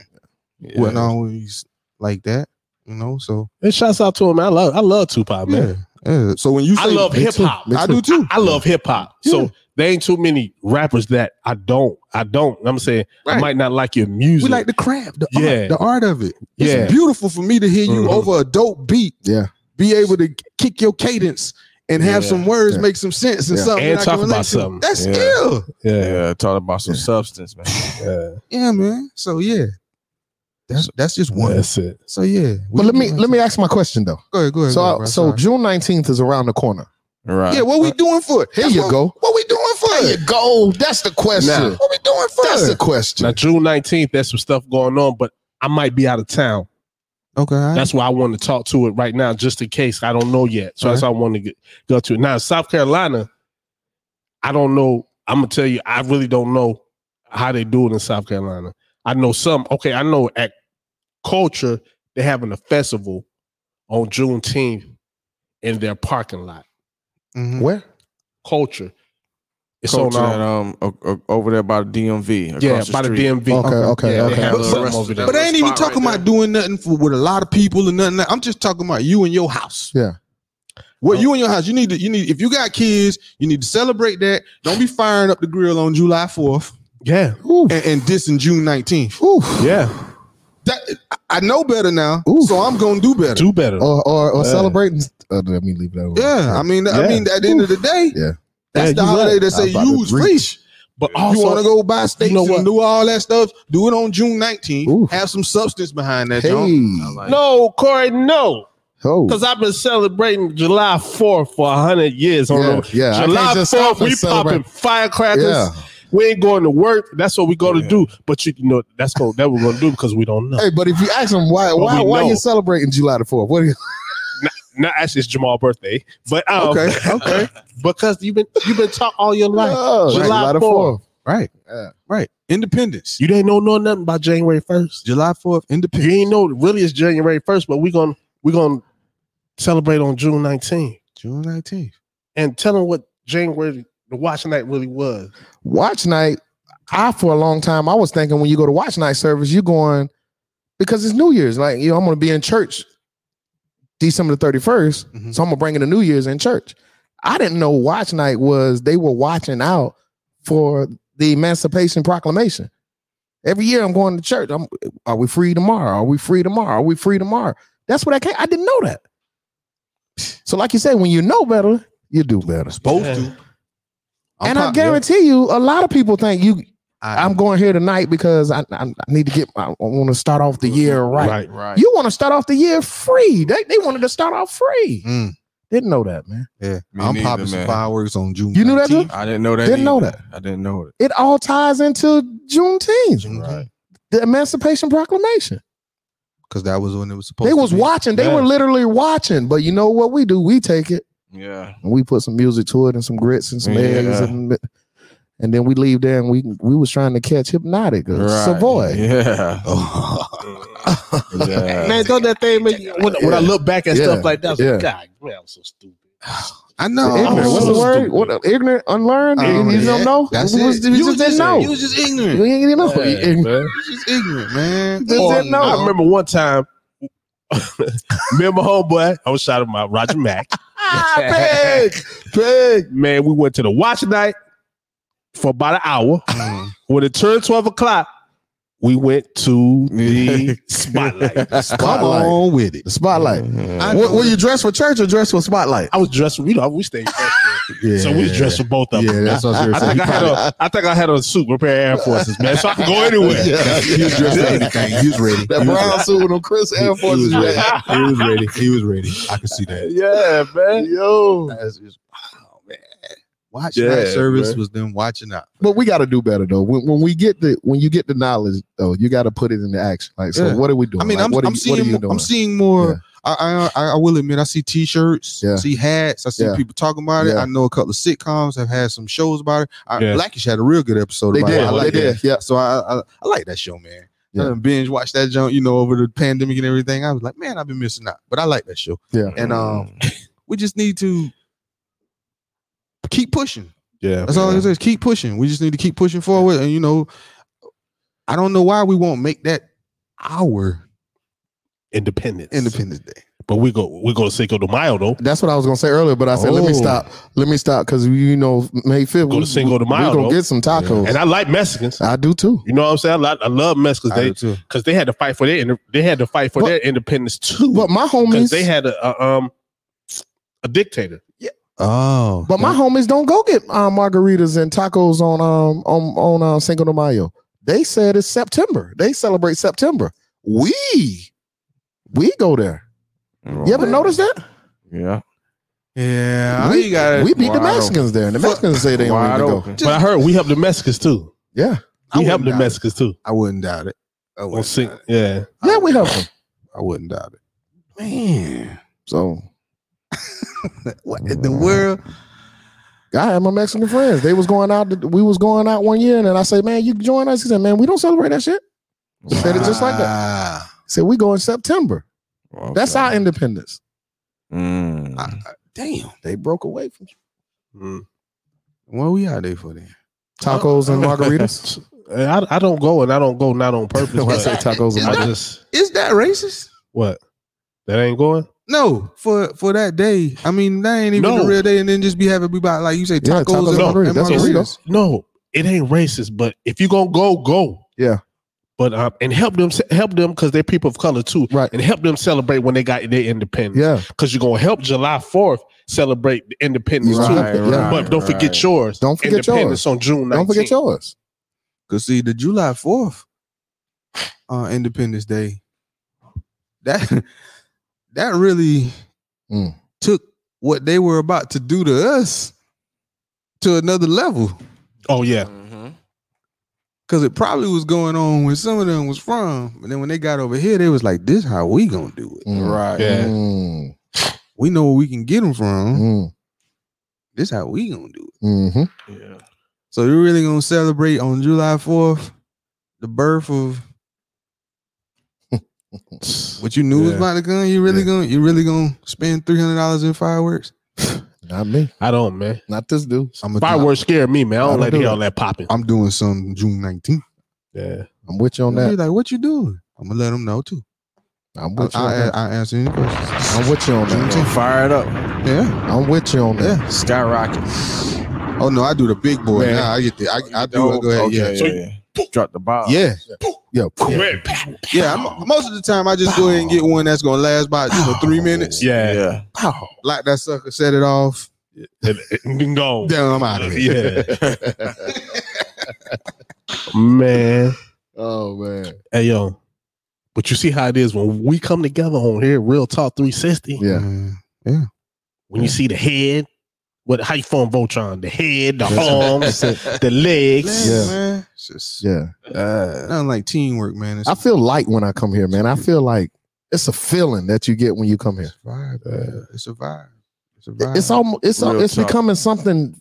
E: Yeah.
A: Wasn't always like that, you know. So
C: and shouts out to him. I love I love Tupac, man.
A: yeah. yeah. So when you say
C: I love
A: Me
C: hip
A: too.
C: hop.
A: I do too.
C: I love hip hop.
A: Yeah.
C: So There ain't too many rappers that I don't. I don't. I'm saying I
A: Right.
C: might not like your
A: We
C: music.
A: like the craft, the
C: Yeah.
A: art, the art of it. It's
C: Yeah.
A: beautiful for me to hear you
C: Mhm.
A: over a dope beat.
B: Yeah.
A: Be able to kick your cadence and have
C: Yeah.
A: some words
B: Yeah.
A: make some sense and
B: Yeah.
A: something
C: And
A: that I
C: talk
A: can relate
C: about
A: to.
C: something.
A: That's
E: Yeah.
A: skill.
C: yeah,
E: Yeah, talking about some substance, man.
C: yeah.
A: Yeah, man. So yeah. That's that's just one.
C: That's it.
A: So yeah.
B: But let me let me ask my question though.
A: go ahead, go ahead.
B: So
A: go ahead,
B: I-
A: bro.
B: so
A: Sorry.
B: June nineteenth is around the corner.
E: Right.
A: yeah, what we doing for it?
B: Here
A: That's
B: you
A: what-
B: go.
A: What we doing for it?
B: go. That's the question.
A: What we doing for
B: That's the
A: it?
B: question.
C: Now June 19th, there's some stuff going on, but I might be out of town.
A: Okay. all right.
C: That's why I want to talk to it right now, just in case. I don't know yet. So that's why I want to get, go to it. Now, South Carolina, I don't know. I'm gonna tell you, I really don't know how they do it in South Carolina. I know some, okay, I know at culture, they're having a festival on Juneteenth in their parking lot.
A: Mhm.
C: Where? Culture. It's
E: Coaching
C: on um,
E: at, um, o- o- over there by the DMV. Across
C: yeah,
E: the
C: by the
E: street.
C: DMV.
B: Okay, okay,
C: Yeah, they
B: okay.
C: have
E: But-
C: something
E: but-
C: over there.
A: But I ain't even talking about doing nothing for with a lot of people and nothing. like- I'm just talking about you and your house.
B: Yeah.
A: Well, you and your house, you need to, you need, if you got kids, you need to celebrate that. Don't be firing up the grill on July 4th
C: Yeah,
A: and, and dissing June 19th.
B: Ooh.
C: yeah.
A: That, I know better now,
B: Oof.
A: so I'm going to do better.
C: Do better.
B: Or or, or celebrating. Uh, let me leave that. Alone.
A: Yeah. I mean, I
C: Yeah.
A: mean, at the end of the day,
B: Yeah.
A: that's
C: Yeah,
A: the
C: you
A: holiday
C: right.
A: that
B: I
A: say
B: was about to
A: use free.
C: But also,
A: you want to go buy steaks
C: know what?
A: and do all that stuff, do it on June 19th.
B: Oof.
A: Have some substance behind that,
B: Hey.
A: John.
C: No, Corey, no.
B: Oh.
C: Because I've been celebrating July 4th for 100 years. On
B: Yeah, yeah, I
C: July
B: can't just stop
C: 4th, we
B: and celebrate.
C: popping firecrackers.
B: Yeah.
C: We ain't going to work. That's what we going to do. But you, know, that's what that we're going to do because we don't know.
B: Hey, but if you ask them why
C: But
B: why
C: we
B: why
C: know.
B: you celebrating July the fourth? What? Are you,
C: Not actually, it's Jamal's birthday. But um,
A: Okay, okay.
C: because you've been you've been taught all your life.
B: Oh,
C: July
B: July the
C: 4th.
B: fourth.
A: Right.
B: Yeah.
A: Right. Independence.
C: You didn't know, know nothing about January 1st.
A: July 4th, independence.
C: You ain't know really it's January 1st, but we're going to we gonna celebrate on June 19th.
A: June 19th.
C: And tell them what January, the watch night really was.
B: Watch night. I for a long time I was thinking when you go to watch night service, you going because it's New Year's. Like you know, I'm going to be in church December the 31st,
A: Mhm.
B: so I'm going to bring in the New Year's in church. I didn't know watch night was they were watching out for the Emancipation Proclamation. Every year I'm going to church. I'm, are we free tomorrow? Are we free tomorrow? Are we free tomorrow? That's what I can't. I didn't know that. So, like you say, when you know better, you do better.
A: Supposed to. I'm
B: and I
A: pop- yeah,
B: guarantee you, a lot of people think you.
A: I-
B: I'm going here tonight because I, I, I need to get. I want to start off the year right.
E: Right.
B: You want to start off the year free. They, they wanted to start off free.
A: Mm,
B: Didn't know that, man.
A: yeah.
E: Me
A: I'm
E: neither,
A: popping some
E: man.
A: fireworks on June.
B: You knew that,
A: 19th.
E: I didn't know that.
B: Didn't know
E: either.
B: that.
E: I didn't know it.
B: It all ties into Juneteenth,
A: Mhm.
B: the Emancipation Proclamation.
A: Cause that was when it was supposed.
B: They was
A: to be.
B: watching. They
C: Yeah.
B: were literally watching. But you know what we do? We take it
E: Yeah.
B: and we put some music to it and some grits and some
E: Yeah.
B: eggs and and then we leave there and we we was trying to catch hypnotic or
E: Right.
B: Savoy.
E: Yeah. yeah.
C: Man, don't that thing make you, when, when I look back at
B: Yeah.
C: stuff like that, I was
B: Yeah.
C: like, God, man, I'm so stupid.
A: I know.
B: ignorant.
C: Oh,
B: What's
C: so
B: the word?
C: stupid.
B: What ignorant, unlearned?
A: Um,
B: you, you
A: yeah,
B: don't know.
A: That's
B: you
A: it.
B: Was, you, just didn't know.
A: You was just ignorant.
B: You
A: You
B: ain't know. You
C: Yeah.
B: ignorant.
A: was just ignorant, man.
B: Just
A: Or
B: didn't know.
C: I remember one time, me and my homeboy, I was shouting out Roger Mack. Ah,
B: Pig, pig.
C: Man, we went to the watch night for about an hour.
A: Mm.
C: When it turned 12 o'clock, we went to the spotlight.
A: Come
B: Spotlight.
A: on with it.
B: The spotlight.
A: I
B: Were,
A: know
B: were you dressed for church or dressed for spotlight?
C: I was dressed, you know, we stayed fresh there.
A: Yeah.
C: So we was dressed for both of them.
A: Yeah, that's what I was gonna
C: I
A: say.
C: think I had a, I think I had a suit, with a pair of Air Forces, man, so I could go anywhere.
A: He was dressed for anything. He was ready.
B: That
A: he was
B: brown
A: ready.
B: suit with them Chris Air
A: He was
B: Forces.
A: ready. He was ready. He was ready. I can see that.
C: Yeah, man. Yo.
A: That's just- wow, man. Watch
E: Yeah,
A: night service
E: man.
A: was them watching out.
B: But we got to do better though. When, when we get the when you get the knowledge though, you got to put it into action. Like, so
A: Yeah.
B: what are we doing?
A: I mean,
B: Like,
A: I'm,
B: what are
A: I'm
B: you,
A: seeing.
B: what are you
A: more-
B: doing?
A: I'm seeing more. I, I I will admit, I see T-shirts,
B: Yeah.
A: see hats, I see
B: Yeah.
A: people talking about it.
B: Yeah.
A: I know a couple of sitcoms have had some shows about it. I,
C: Yeah.
A: Blackish had a real good episode.
B: they
A: about
B: did.
A: It. I like
B: they
A: that.
B: did. Yeah.
A: So I, I I like that show, man. I
B: Yeah.
A: done binge watched that junk, you know, over the pandemic and everything. I was like, man, I've been missing out, but I like that show.
B: Yeah.
A: And um, we just need to keep pushing.
C: Yeah.
A: That's all I can say is keep pushing. We just need to keep pushing forward. And you know, I don't know why we won't make that our
C: Independence.
A: Independence Day.
C: But we go we go to Cinco de Mayo though.
B: That's what I was gonna say earlier, but I said let me
C: Oh.
B: stop. Let me stop because you know May fifth
C: Go to Cinco de Mayo,
B: We're gonna
C: though.
B: get some tacos.
C: And I like Mexicans.
B: I do too.
C: You know what I'm saying? I, like, I love Mexicans.
A: I
C: They
A: do too.
C: because they had to fight for their inde- they had to fight for
B: But-
C: their independence too.
B: But my homies,
C: because they had a, a um a dictator.
A: Oh,
B: but my homies don't go get uh, margaritas and tacos on um on on uh, Cinco de Mayo. They said it's September. They celebrate September. We we go there. You ever notice that?
E: Mm-hmm. Yeah.
A: yeah,
B: we,
A: you gotta-
B: we beat the
E: wide
B: Mexicans there, and the Mexicans say they don't
E: Wide
B: even go.
E: open.
C: but I heard we help the Mexicans too.
B: Yeah,
A: I
C: We help
A: wouldn't
C: the
A: doubt it.
C: Mexicans too.
A: I wouldn't doubt it. I
C: On
A: wouldn't,
C: Cin-
A: doubt it.
C: yeah.
B: yeah, we help them.
A: I wouldn't doubt it. Man,
B: So
A: what in the world?
B: I had my Mexican friends. They was going out. We was going out one year, and then I say, "Man, you can join us." He said, "Man, we don't celebrate that shit." Said it just like that.
A: that.
B: He said, "We go in September.
E: Wow.
B: That's our independence."
E: Mm.
A: Damn.
B: They broke away from
C: Mm.
A: What we out there for then?
B: tacos and margaritas.
C: I, I don't go and I don't go not on purpose.
B: When I
C: but
B: say tacos and
A: It's
C: I
A: not-
B: margaritas,
C: just
A: Is that racist?
C: what that ain't going.
A: No, for for that day. I mean, that ain't even
C: No.
A: the real day, and then just be happy about like you say
B: Yeah,
A: tacos,
B: tacos
A: and,
C: and
A: margaritas.
B: margaritas. That's what we
A: margaritas.
C: No, it ain't racist. But if you gonna go, go.
B: Yeah.
C: But um, and help them help them because they're people of color too,
B: right?
C: and help them celebrate when they got their independence.
B: Yeah,
C: because you're gonna help July 4th celebrate the independence
B: Right,
C: too.
B: right,
C: but don't forget
E: right.
C: yours.
B: Don't forget
C: independence
B: yours.
C: on June 19th.
B: don't forget yours.
A: Cause see, the July Fourth, uh, Independence Day, that that really
B: Mm.
A: took what they were about to do to us to another level.
C: Oh yeah,
A: Cause it probably was going on where some of them was from, but then when they got over here, they was like, "This how we gonna do it?
B: Mm.
E: Right.
C: yeah.
B: Mm.
A: We know where we can get them from.
B: Mm.
A: This how we gonna do it."
B: Mhm.
A: So you're really gonna celebrate on July 4th the birth of
B: Mm-hmm.
A: what you knew was
C: Yeah.
A: about to come? You really
B: Yeah.
A: gonna you really gonna spend three hundred dollars in fireworks?
B: Not me.
C: I don't man.
B: Not this dude.
A: I'm a
C: Fireworks scare me, man.
B: I
C: I don't,
B: don't
C: like
B: do
C: hear
B: it.
C: all that popping.
A: I'm doing some June 19th.
C: Yeah,
B: I'm with you on
A: They'll be
B: that.
A: like, what you doing? I'm gonna let them know too.
B: I'm
A: I,
B: with you. On
A: I,
B: that.
A: I answer any questions.
B: I'm with you on that.
E: Fire it up.
A: Yeah,
B: I'm with you on that.
A: yeah.
E: Skyrocket.
A: Oh no, I do the big boy.
E: Man.
A: Nah, I get the I, I do. I go ahead.
E: Okay,
A: Yeah,
E: yeah, yeah. Drop the bomb.
A: yeah,
B: Yeah.
A: yeah. I'm, most of the time, I just go ahead and get one that's gonna last about you know three minutes.
C: yeah.
E: Yeah.
A: Like that sucker, set it off.
C: no,
A: Then I'm out of here.
C: yeah, man.
B: Oh man.
C: Hey yo, but you see how it is when we come together on here, Real Talk 360.
B: Yeah.
A: Mm.
C: When you see the head, what how you form Voltron? The head, the arms, the legs.
A: Man,
B: Yeah.
A: man, it's just
B: Yeah.
A: nothing like teamwork, man. It's
B: I feel light when I come here, man. I feel like it's a feeling that you get when you come here.
A: It's a vibe. man. It's a vibe. It's a vibe.
B: It's almost it's
E: Real
B: it's
E: talk.
B: becoming something.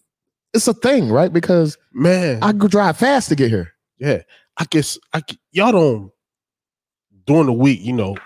B: It's a thing, right? Because
C: Man,
B: I could drive fast to get here.
C: Yeah, I guess I g- y'all don't during the week. You know,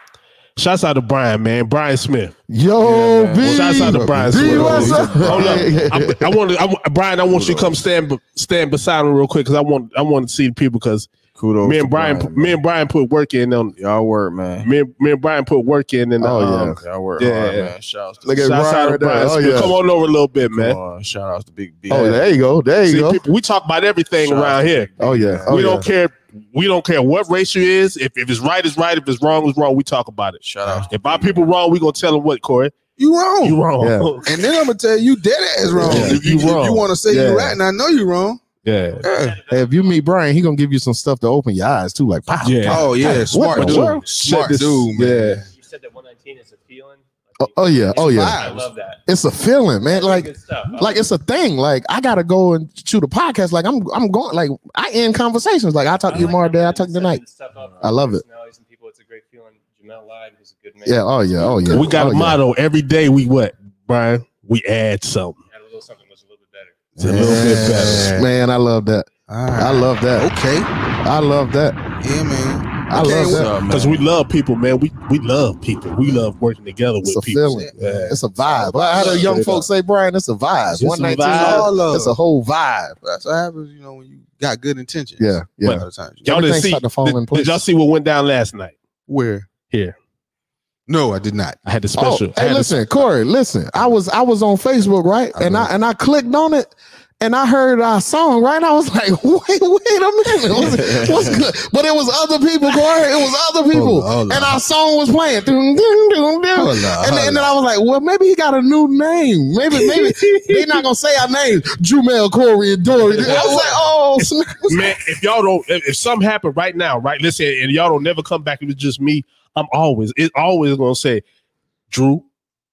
C: shouts out to Brian, man, Brian Smith.
B: Yo,
E: man.
B: B.
C: Well, shouts out to Brian
B: B,
C: Smith.
B: what's up?
C: Hold up, I, I wanted I, wa- Brian. I want you to come stand be- stand beside him real quick because I want I want to see the people because
E: Kudos.
C: me
E: to
C: and Brian, pu- me
E: man.
C: and Brian put work in on
E: y'all work, man.
C: me and, me and Brian put work in and
B: Oh,
C: um,
B: yeah.
E: Y'all work
C: Yeah.
E: hard, man. Shout out to
B: Look at
C: shouts out
B: Brian
C: to
B: right there.
C: Brian
B: Oh,
C: Smith.
B: yeah.
C: Come on over a little bit, man.
E: Come on, Shout out to Big B.
B: Oh, there you go. There you
C: See,
B: go.
C: people, we talk about everything
E: Shout out
C: around
E: to
C: here.
E: Big B,
B: oh yeah.
E: man.
B: Oh
C: we
B: yeah.
C: don't care. We don't care what race you is. If, if it's right, it's right. If it's wrong, it's wrong. We talk about it.
E: Shout out. to
C: If our people wrong, we gonna tell them what, Corey.
A: you wrong.
C: You wrong.
A: And then I'm gonna tell you dead ass wrong.
C: Yeah.
A: If you,
C: You wrong.
A: If you want to say
B: Yeah.
A: you right, and I know you wrong.
C: Yeah.
A: Yeah.
B: Hey, if you meet Brian, he gonna give you some stuff to open your eyes too. Like, pow.
C: Yeah.
A: Oh yeah, smart
B: the
A: dude.
B: world?
A: Smart
C: Check this-
A: dude, man.
B: Yeah.
J: You said that 119 is a feeling.
B: Oh, oh, yeah. Oh yeah.
J: I
A: Vibes.
J: love that.
B: It's a feeling, man. Like
J: Good stuff. I
B: like it's a thing. Like I gotta go and shoot a podcast. Like I'm I'm going. Like I end conversations. Like I talk to you
J: like
B: tomorrow
J: how
B: day. I
J: you're
B: talk
J: setting
B: tonight.
J: this stuff up
B: I
J: for
B: love it.
J: personalities and people. It's a great feeling. Jamel Live is a good man.
B: Yeah. Oh yeah. Oh yeah.
C: We got
B: oh,
C: a
B: yeah.
C: motto every day. We what, Brian? We add something.
J: Had a little something was a little bit better.
C: It's a little bit
A: Yeah.
C: better.
B: Man, I love that.
A: All right.
B: I love that.
A: Okay.
B: I love that.
A: Yeah, man.
B: I
A: Okay,
B: love
E: What's
B: that.
E: up, man?
C: Because we love people, man. We we love people. We love working together with
B: It's a
C: people.
B: feeling.
C: Yeah.
B: It's a vibe. Well, How do young
C: Straight
B: folks say, Brian? It's a vibe.
C: a
B: One nineteen.
C: vibe.
A: All love.
B: It's a whole vibe.
A: That's what happens, you know, when you got good intentions.
B: Yeah.
A: A
B: Yeah.
A: lot of times.
C: Y'all didn't
B: Everything
C: see.
B: started to fall in
C: Did,
B: place.
C: did y'all see what went down last night?
A: Where?
C: Here.
A: No, I did not.
C: I had the special.
B: Oh, hey, listen, Corey, listen. I was I was on Facebook, right? and I and I clicked on it and I heard our song, right? And I was like, wait, wait a minute. What's, what's good? But it was other people, Corey. It was other people.
A: Hold on, hold on.
B: and our song was playing. Dun, dun, dun,
A: Hold on,
B: dun. and, then-
A: hold
B: and then I was like, well, maybe he got a new name. Maybe, maybe they're not gonna say our name, Jumel, Corey, and Dory. I was like, oh, snap.
C: man, if y'all don't, if, if something happened right now, right? Listen, and y'all don't never come back. It was just me. I'm always, it's always gonna say, Drew,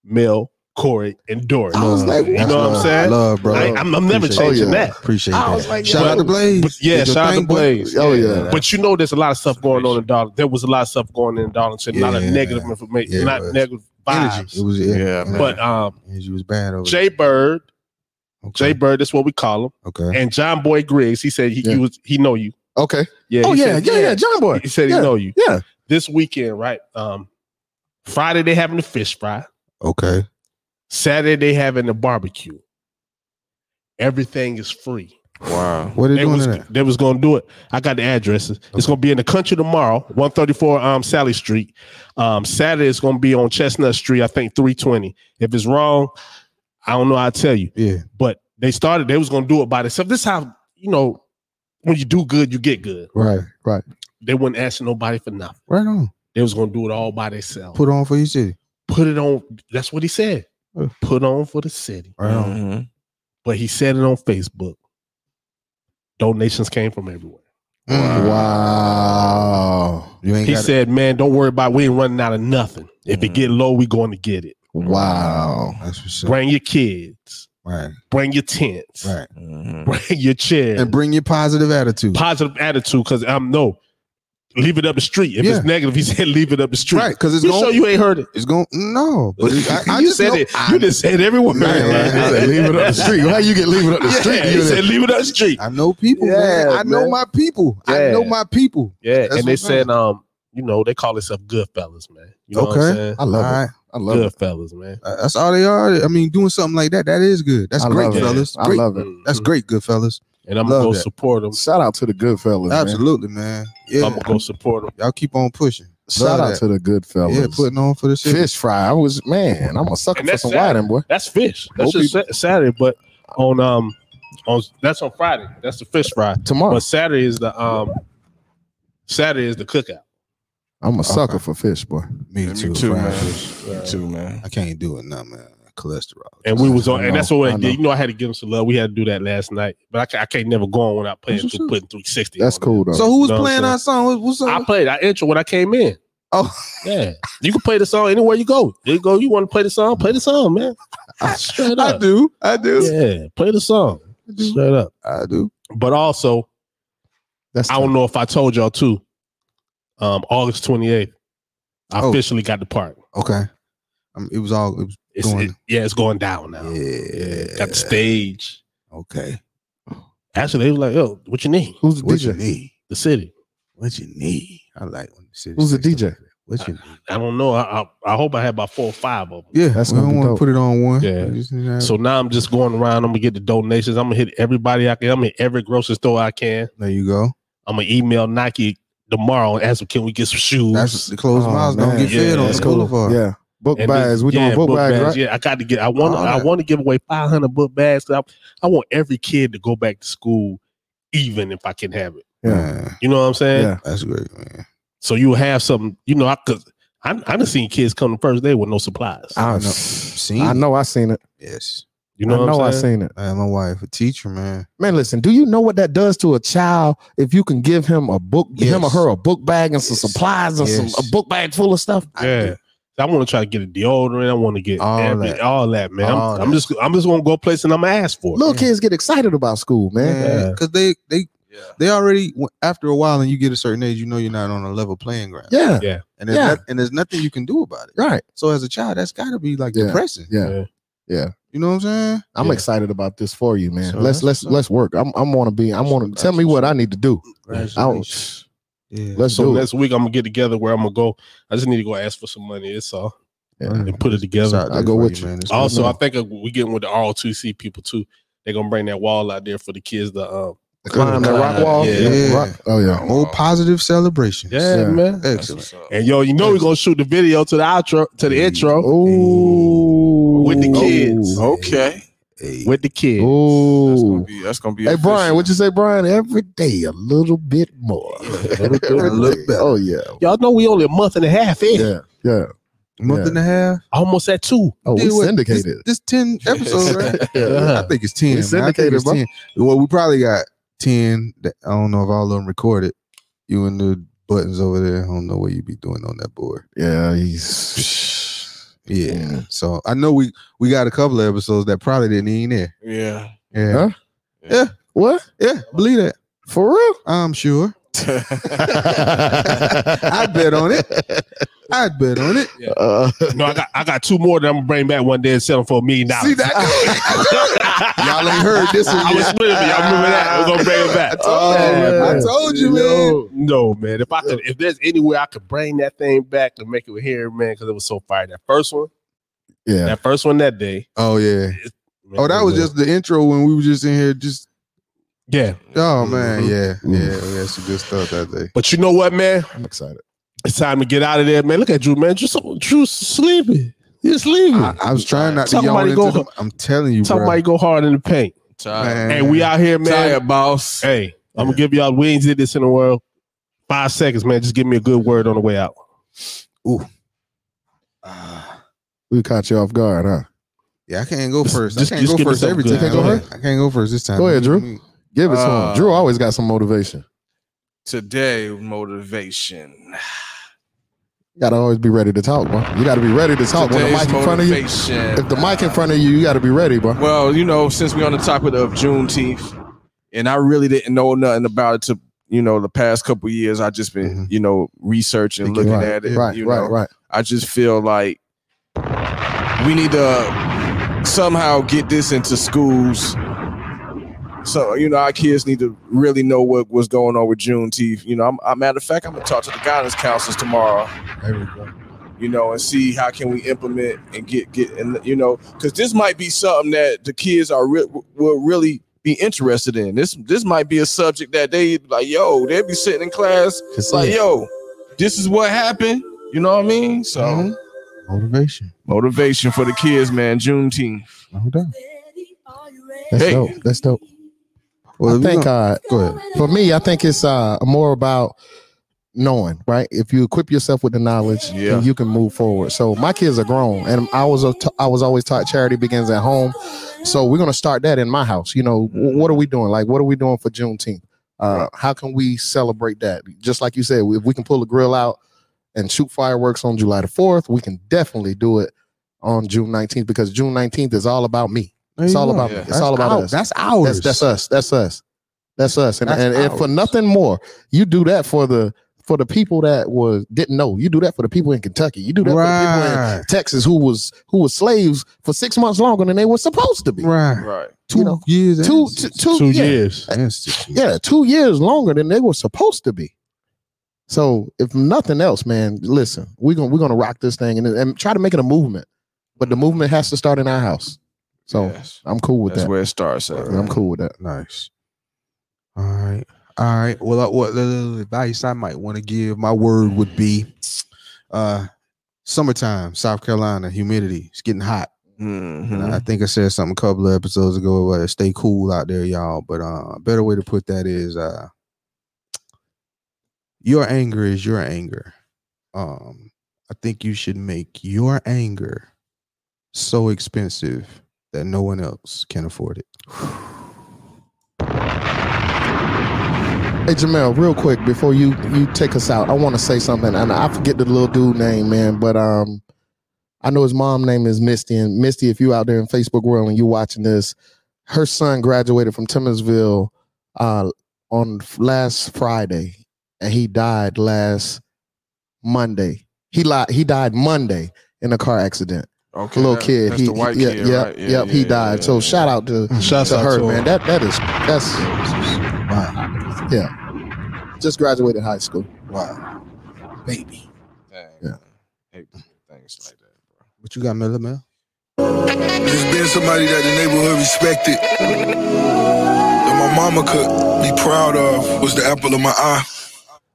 C: Mel, Corey, and Dory.
B: I was like,
C: you know
A: That's
C: what
A: love.
C: I'm saying?
A: Love, Oh, bro.
C: I, am I'm never
A: Appreciate
C: changing
B: it.
C: that.
A: Appreciate
B: I
A: that.
B: was like,
A: shout
B: yo.
A: out to
C: But
A: Blaze.
C: yeah,
A: Did your
C: shout out
A: thing,
C: to
A: boy?
C: Blaze.
B: Oh, yeah.
C: But you know, there's a lot of stuff going on in Darlington. There was a lot of stuff going in Darlington. A lot
A: Yeah.
C: of negative information,
A: Yeah, it
C: not
A: was.
C: negative vibes.
A: Energy. It was yeah.
E: Yeah, man.
C: But um,
A: energy was bad over.
C: Jay Bird, Jay
A: okay.
C: Bird, that's what we call him,
A: Okay.
C: and John Boy Griggs. He said he,
B: Yeah.
C: he was he know you.
B: okay.
C: Yeah.
B: Oh
C: he
B: yeah,
C: said-
B: yeah, yeah, John Boy.
C: He said
B: Yeah.
C: he know you.
B: Yeah.
C: This weekend, right? Um, Friday they having the fish fry.
A: Okay.
C: Saturday they having the barbecue. Everything is free.
E: Wow.
A: What are they
C: They
A: doing
C: was,
A: in that?
C: they was gonna do it. I got the addresses. It's gonna be in the country tomorrow, 134 um Sally Street. Um Saturday it's gonna be on Chestnut Street, I think 320. If it's wrong, I don't know, I'll tell you.
A: Yeah.
C: But they started, they was gonna do it by themselves. This is how you know when you do good, you get good.
A: Right. Right.
C: They wouldn't ask nobody for nothing.
A: Right on.
C: They was gonna do it all by themselves. Put,
A: Put on for E your city.
C: put it on. That's what he said.
A: Yeah.
C: Put on for the city.
A: Right on.
B: Mm-hmm.
C: But he said it on Facebook. Donations came from everywhere.
B: Wow.
A: You ain't
C: Mm. He
A: got
C: said, "Man, don't worry about. It. We ain't running out of nothing. If it
E: Mhm.
C: get low, we going to get it.
B: Wow.
A: it. That's for sure.
C: Bring your kids.
A: Right.
C: Bring your tents.
A: Right.
E: Mhm.
C: Bring your chairs.
A: And bring your positive attitude.
C: Positive attitude, because um, no, leave it up the street. If
A: Yeah.
C: it's negative, he said, leave it up the street.
A: Right. Because it's
C: You
A: going.
C: sure you ain't heard it?
A: it's going. No. But it, I, I
C: you
A: just
C: said
A: know-
C: it.
A: I,
C: you just said every word.
A: Man, man, I said,
B: leave it up the street. How you get leave it up the
C: Yeah,
B: street?
C: he
B: You
C: said, leave it up the street.
A: I know people, man.
C: Yeah,
A: I know
C: man.
A: my people. I
C: Yeah.
A: know my people.
C: Yeah,
A: That's
C: and
A: what
C: they
A: I'm saying.
C: said, um, you know, they call themselves good fellas, man. You know what I'm
A: okay.
C: saying?
B: I love it.
A: All right.
B: I love
C: Good
B: it.
C: fellas, man.
A: Uh, That's all they are. I mean, doing something like that, that is good. That's
B: I
A: great,
B: love it.
A: fellas.
B: I
A: Great.
B: love it.
A: That's great, good fellas.
C: Mm-hmm. And I'm
A: Love
C: gonna go
A: that.
C: support them.
B: Shout out to the good fellas. man.
A: Absolutely, man. Yeah.
C: I'm gonna go support them.
A: Y'all keep on pushing.
B: Shout
A: Love
B: out
A: that.
B: to the good fellas.
A: Yeah, putting on for the city.
B: fish fry. I was man. I'm a sucker
C: And
B: for
C: that's
B: some
C: sad.
B: whiting, boy.
C: That's fish. That's
B: Hope
C: just Sa- Saturday, but on um on that's on Friday. That's the fish fry.
B: Tomorrow,
C: But Saturday is the um Saturday is the cookout.
B: I'm a sucker for fish, boy.
A: Me
E: Me too,
A: fried
E: man.
A: fish.
E: Me too, man.
A: I can't do it now, man. Cholesterol.
C: And we was on,
B: I know,
C: and that's what
B: I
C: I
B: know.
C: did. You know, I had to give them some love. We had to do that last night, but I, ca- I can't never go on when I play
A: That's
C: through,
A: what's
C: putting 360.
B: That's
C: on
B: cool though.
A: So who was
C: No, I'm
A: playing
C: saying-
A: our song? What- What's up?
C: there. I played. I intro when I came in.
A: oh,
C: Yeah, you can play the song anywhere you go. You go. You want to play the song? Play the song, man. Straight
A: I
C: up.
A: do. Mm-hmm. I do.
C: Yeah, play the song.
A: I do.
C: Straight up.
A: I do.
C: But also,
B: That's
C: I don't know if I told y'all too. Um, August 28th, I
A: Oh.
C: officially got the part.
A: Okay. Um, it was all. It was,
C: It's,
A: Going-
C: it- yeah, it's going down now.
A: yeah.
C: Got the stage.
A: Okay.
C: Actually, they was like, "Yo, what you need?"
B: who's the
A: What you
B: DJ.
A: need?
C: The city.
A: What you need? I like when the city.
B: Who's the
A: says
B: DJ?
A: stuff. What you need?
C: I don't know. I, I I hope I had about four or five of them.
A: Yeah,
B: That's
A: we
B: gonna
A: don't
B: be
A: want to
B: dope.
A: put it on one.
C: Yeah.
A: We just need to have-
C: So now I'm just going around. I'm gonna get the donations. I'm gonna hit everybody I can. I'm gonna hit every grocery store I can.
A: there you go.
C: I'm gonna email Nike tomorrow and ask them, "Can we get some shoes?"
A: That's the closed
B: Oh,
A: mouths don't
B: man.
A: get
C: Yeah,
A: fed on
C: that's
A: the
B: cool.
A: boulevard.
B: Yeah, book
C: And
B: bags.
C: this-
B: We doing
C: yeah,
B: book, bags, right?
C: Yeah, I got to get. I want.
A: All
C: I
A: that.
C: want to give away five hundred book bags. 'cause I, I want every kid to go back to school, even if I can have it.
B: Yeah.
A: Man,
C: You know what I'm saying?
B: Yeah.
A: that's great, man.
C: So you have something. You know, I could. I I done seen kids come the first day with no supplies.
B: I,
A: know.
B: seen
A: Seen
B: I
A: it.
B: know. I seen it.
A: Yes,
C: you know,
B: I know.
C: what
B: I
C: I'm saying?
B: seen it.
A: I had my wife, a teacher, man.
B: Man, listen. Do you know what that does to a child if you can give him a book, him or
A: Yes.
B: her a book bag and some
A: Yes.
B: supplies and
A: Yes.
B: some a book bag full of stuff?
A: I
C: yeah. I want to try to get a deodorant. I want to get
A: All
C: all, every,
A: that.
C: that. all that, man. I'm-
A: All
C: I'm,
A: that.
C: just, I'm just gonna go place and I'm gonna ask for it.
B: Little kids get excited about school, man.
A: man,
C: Yeah.
A: because they they they already after a while, and you get a certain age, you know you're not on a level playing ground.
B: Yeah,
A: and there's,
B: yeah.
A: noth- and there's nothing you can do about it.
B: right.
A: So as a child, that's got to be like
B: Yeah.
A: depressing.
B: Yeah.
C: Yeah.
B: yeah.
A: You know what I'm
B: I'm
C: Yeah.
B: excited about this for you, man.
A: So
B: let's
A: that's
B: let's
A: what's up.
B: let's work. I'm I'm want to be. I'm
A: That's
B: want
A: what's
B: to
A: up.
B: tell me what I need to do.
A: saying?
B: I don't-
A: Yeah.
B: let's
C: So
B: do it.
C: next week I'm gonna get together where I'm gonna go. I just need to go ask for some money. It's all
B: Yeah.
C: and put it together.
A: Mm. Shout out
B: I'll
A: there
B: go
A: for
B: with you.
A: man. It's
C: Also,
A: cool.
C: I think uh, we getting with the ROTC people too. They're gonna bring that wall out there for the kids to um,
B: climb that rock wall.
A: Yeah.
B: rock- oh yeah.
A: Whole positive celebration.
F: Yeah,
B: Yeah.
F: man.
A: Excellent.
F: And yo, you know we're gonna shoot the video to the outro to the intro
B: Ooh.
F: with the kids.
E: Okay.
F: With the kids.
E: That's gonna
B: Ooh.
E: be that's gonna be
B: Hey Brian,
E: official.
B: what you say, Brian? Every day a little bit more. Every day. Oh yeah.
F: Y'all know we only a month and a half in.
B: Yeah. Yeah.
A: Month
B: Yeah.
A: and a half.
F: Almost at two.
B: Oh, we
A: Dude, what-
B: syndicated.
A: This, this ten episodes, right?
F: Yeah.
E: Uh-huh.
A: I think it's ten.
B: We
A: man. I think
B: syndicated,
A: it's
B: bro.
A: ten. Well, we probably got ten. That, I don't know if all of them recorded. You and the buttons over there. I don't know what you be doing on that board.
B: Yeah, he's
A: Yeah.
F: Mm.
A: So I know we we got a couple of episodes that probably didn't even there.
E: Yeah.
A: Yeah.
B: Huh? What?
A: Yeah. Believe that.
B: For real?
A: I'm sure.
B: I
A: I'd bet on it. I'd bet on it.
B: Uh,
F: No, I got I got two more that I'm gonna bring back one day and sell them for a million
A: See
F: dollars.
A: that? Y'all ain't heard this one.
F: I was
A: yet.
F: with you. I remember that. We're gonna bring it
A: I
F: back.
A: told
B: Oh,
A: you. I told you, Oh, man.
F: No, man. If I could, if there's anywhere I could bring that thing back and make it here, man, because it was so fire. That first one,
B: yeah.
F: that first one that day.
A: Oh yeah.
F: man,
A: Oh, that was just the intro when we were just in here. Just
F: yeah.
A: oh man, yeah,
B: Mhm.
A: yeah. We had some good stuff that day.
F: But you know what, man?
B: I'm excited.
F: It's time to get out of there, man. Look at Drew, man. Drew's Drew's sleeping. He's sleeping.
B: Hmm.
A: I, I was trying not to
F: Somebody
A: yawn
F: go-
A: into them. I'm telling you, bro.
F: Somebody go hard in the paint.
E: Tired.
F: Uh, Hey, we out here, man.
E: Tired, boss.
F: Hey, I'm gonna give y'all. We ain't did this in the world. Five seconds, man. Just give me a good word on the way out.
B: We caught you off guard, huh?
A: Yeah, I can't go first.
F: just-
A: I
F: just
A: can't go
F: give me
A: first
F: something
A: every
F: good.
A: time.
F: You can't
B: go
A: I can't go first this time.
B: Go ahead, Drew. Give it to
E: Uh,
B: him. Drew always got some motivation.
E: Today motivation.
B: You gotta always be ready to talk, bro. You gotta be ready to talk when the
E: Today's
B: mic in front of you.
E: motivation.
B: If the mic in front of you, you gotta be ready, bro.
E: Well, you know, since we're on the topic of Juneteenth, and I really didn't know nothing about it to you know the past couple years. I just
A: Mhm.
E: been you know researching,
A: Thinking
E: looking
B: Mm-hmm. right,
E: at it.
B: right,
E: you know.
B: right, right.
E: I just feel like we need to somehow get this into schools. So you know, our kids need to really know what was going on with Juneteenth. You know, I'm, I, matter of fact, I'm gonna talk to the guidance counselors tomorrow. You know, and see how can we implement and get get and you know, because this might be something that the kids are re- will really be interested in. This this might be a subject that they like. Yo, they'll be sitting in class
B: It's
E: like, yo, this is what happened. You know what I mean? So
A: Mhm.
B: Mm-hmm.
A: Motivation.
E: motivation for the kids, man. Juneteenth.
A: No doubt.
B: that's
E: hey.
B: dope. That's dope.
A: Well,
B: I
A: we
B: think
A: gonna-
B: uh,
A: go ahead.
B: for me, I think it's uh, more about knowing, right? If you equip yourself with the knowledge,
E: Yeah.
B: then you can move forward. So my kids are grown, and I was a t- I was always taught charity begins at home. So we're gonna start that in my house. You know, wh- what are we doing? Like, what are we doing for Juneteenth? Uh, how can we celebrate that? Just like you said, if we can pull the grill out and shoot fireworks on July the fourth, we can definitely do it on June nineteenth because June nineteenth is all about me.
A: There
B: It's
A: you
B: all
A: go.
B: about me.
E: Yeah.
B: It's all about
A: Ow-
B: us.
A: That's ours.
B: That's that's us. That's us. That's us. And
A: That's
B: and, and for
A: ours.
B: nothing more, you do that for the for the people that was didn't know. You do that for the people in Kentucky. You do that for the people
A: Right.
B: in Texas who was who was slaves for six months longer than they were supposed to be.
A: Right.
E: Right.
A: Two
B: You know,
A: years. and
B: Two two
A: six
B: two
F: Two
B: yeah,
F: years.
A: and six years.
B: yeah, two years longer than they were supposed to be. So if nothing else, man, listen, we're gonna we're gonna rock this thing and, and try to make it a movement. But the movement has to start in our house. So
E: Yes.
B: I'm cool with
E: that's
B: that.
E: where it starts. At.
B: I'm cool with that.
A: Nice. All right. All right. Well, uh, what little advice I might want to give, my word would be uh summertime, South Carolina, humidity. It's getting hot. And
E: Mhm.
A: I think I said something a couple of episodes ago about stay cool out there, y'all. But uh, a better way to put that is uh your anger is your anger. Um, I think you should make your anger so expensive that no one else can afford it.
B: Hey Jamel, real quick before you you take us out, I want to say something, and I forget the little dude name, man. But um, I know his mom name is Misty, and Misty, if you out there in Facebook world and you watching this, her son graduated from Timminsville uh, on f- last Friday, and he died last Monday. He lied. He died Monday in a car accident.
E: Okay.
B: Little
E: that-
B: kid.
E: That's
B: he,
E: the white
B: yeah,
E: kid.
B: yeah,
E: right?
B: yep, he died. so shout out to
F: Shouts
B: to
F: out
B: her,
F: to him.
B: man. That that is that's yeah. Just graduated high school.
A: Wow. Baby.
B: Yeah.
E: Things like that,
A: What you got, Miller Mel?
D: Just being somebody that the neighborhood respected. That my mama could.
K: be proud of was the apple of my eye.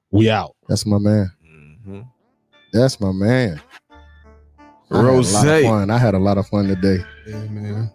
F: We out.
B: That's my man.
E: Mm-hmm.
B: That's my man. I had a lot of
E: Rosé.
B: fun. I had a lot of fun today.
F: Yeah, man.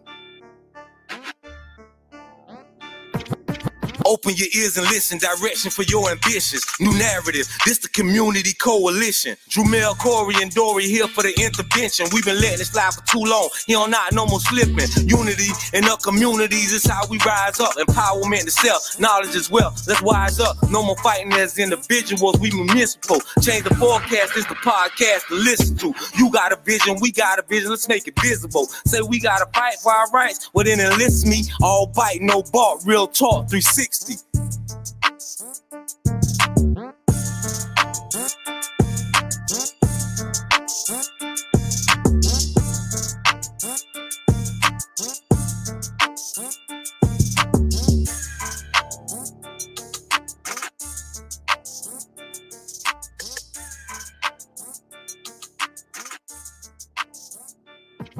D: Open your ears and listen. Direction for your ambitions. New narrative. This the community coalition. Drumel, Corey, and Dory here for the intervention. We've been letting it slide for too long. He don't not no more slipping. Unity in our communities is how we rise up. Empowerment is self. Knowledge is wealth. Let's wise up. No more fighting as individuals. We municipal. Change the forecast. This the podcast to listen to. You got a vision. We got a vision. Let's make it visible. Say we got to fight for our rights. Well, then enlist me. All bite, no bark. Real talk 360.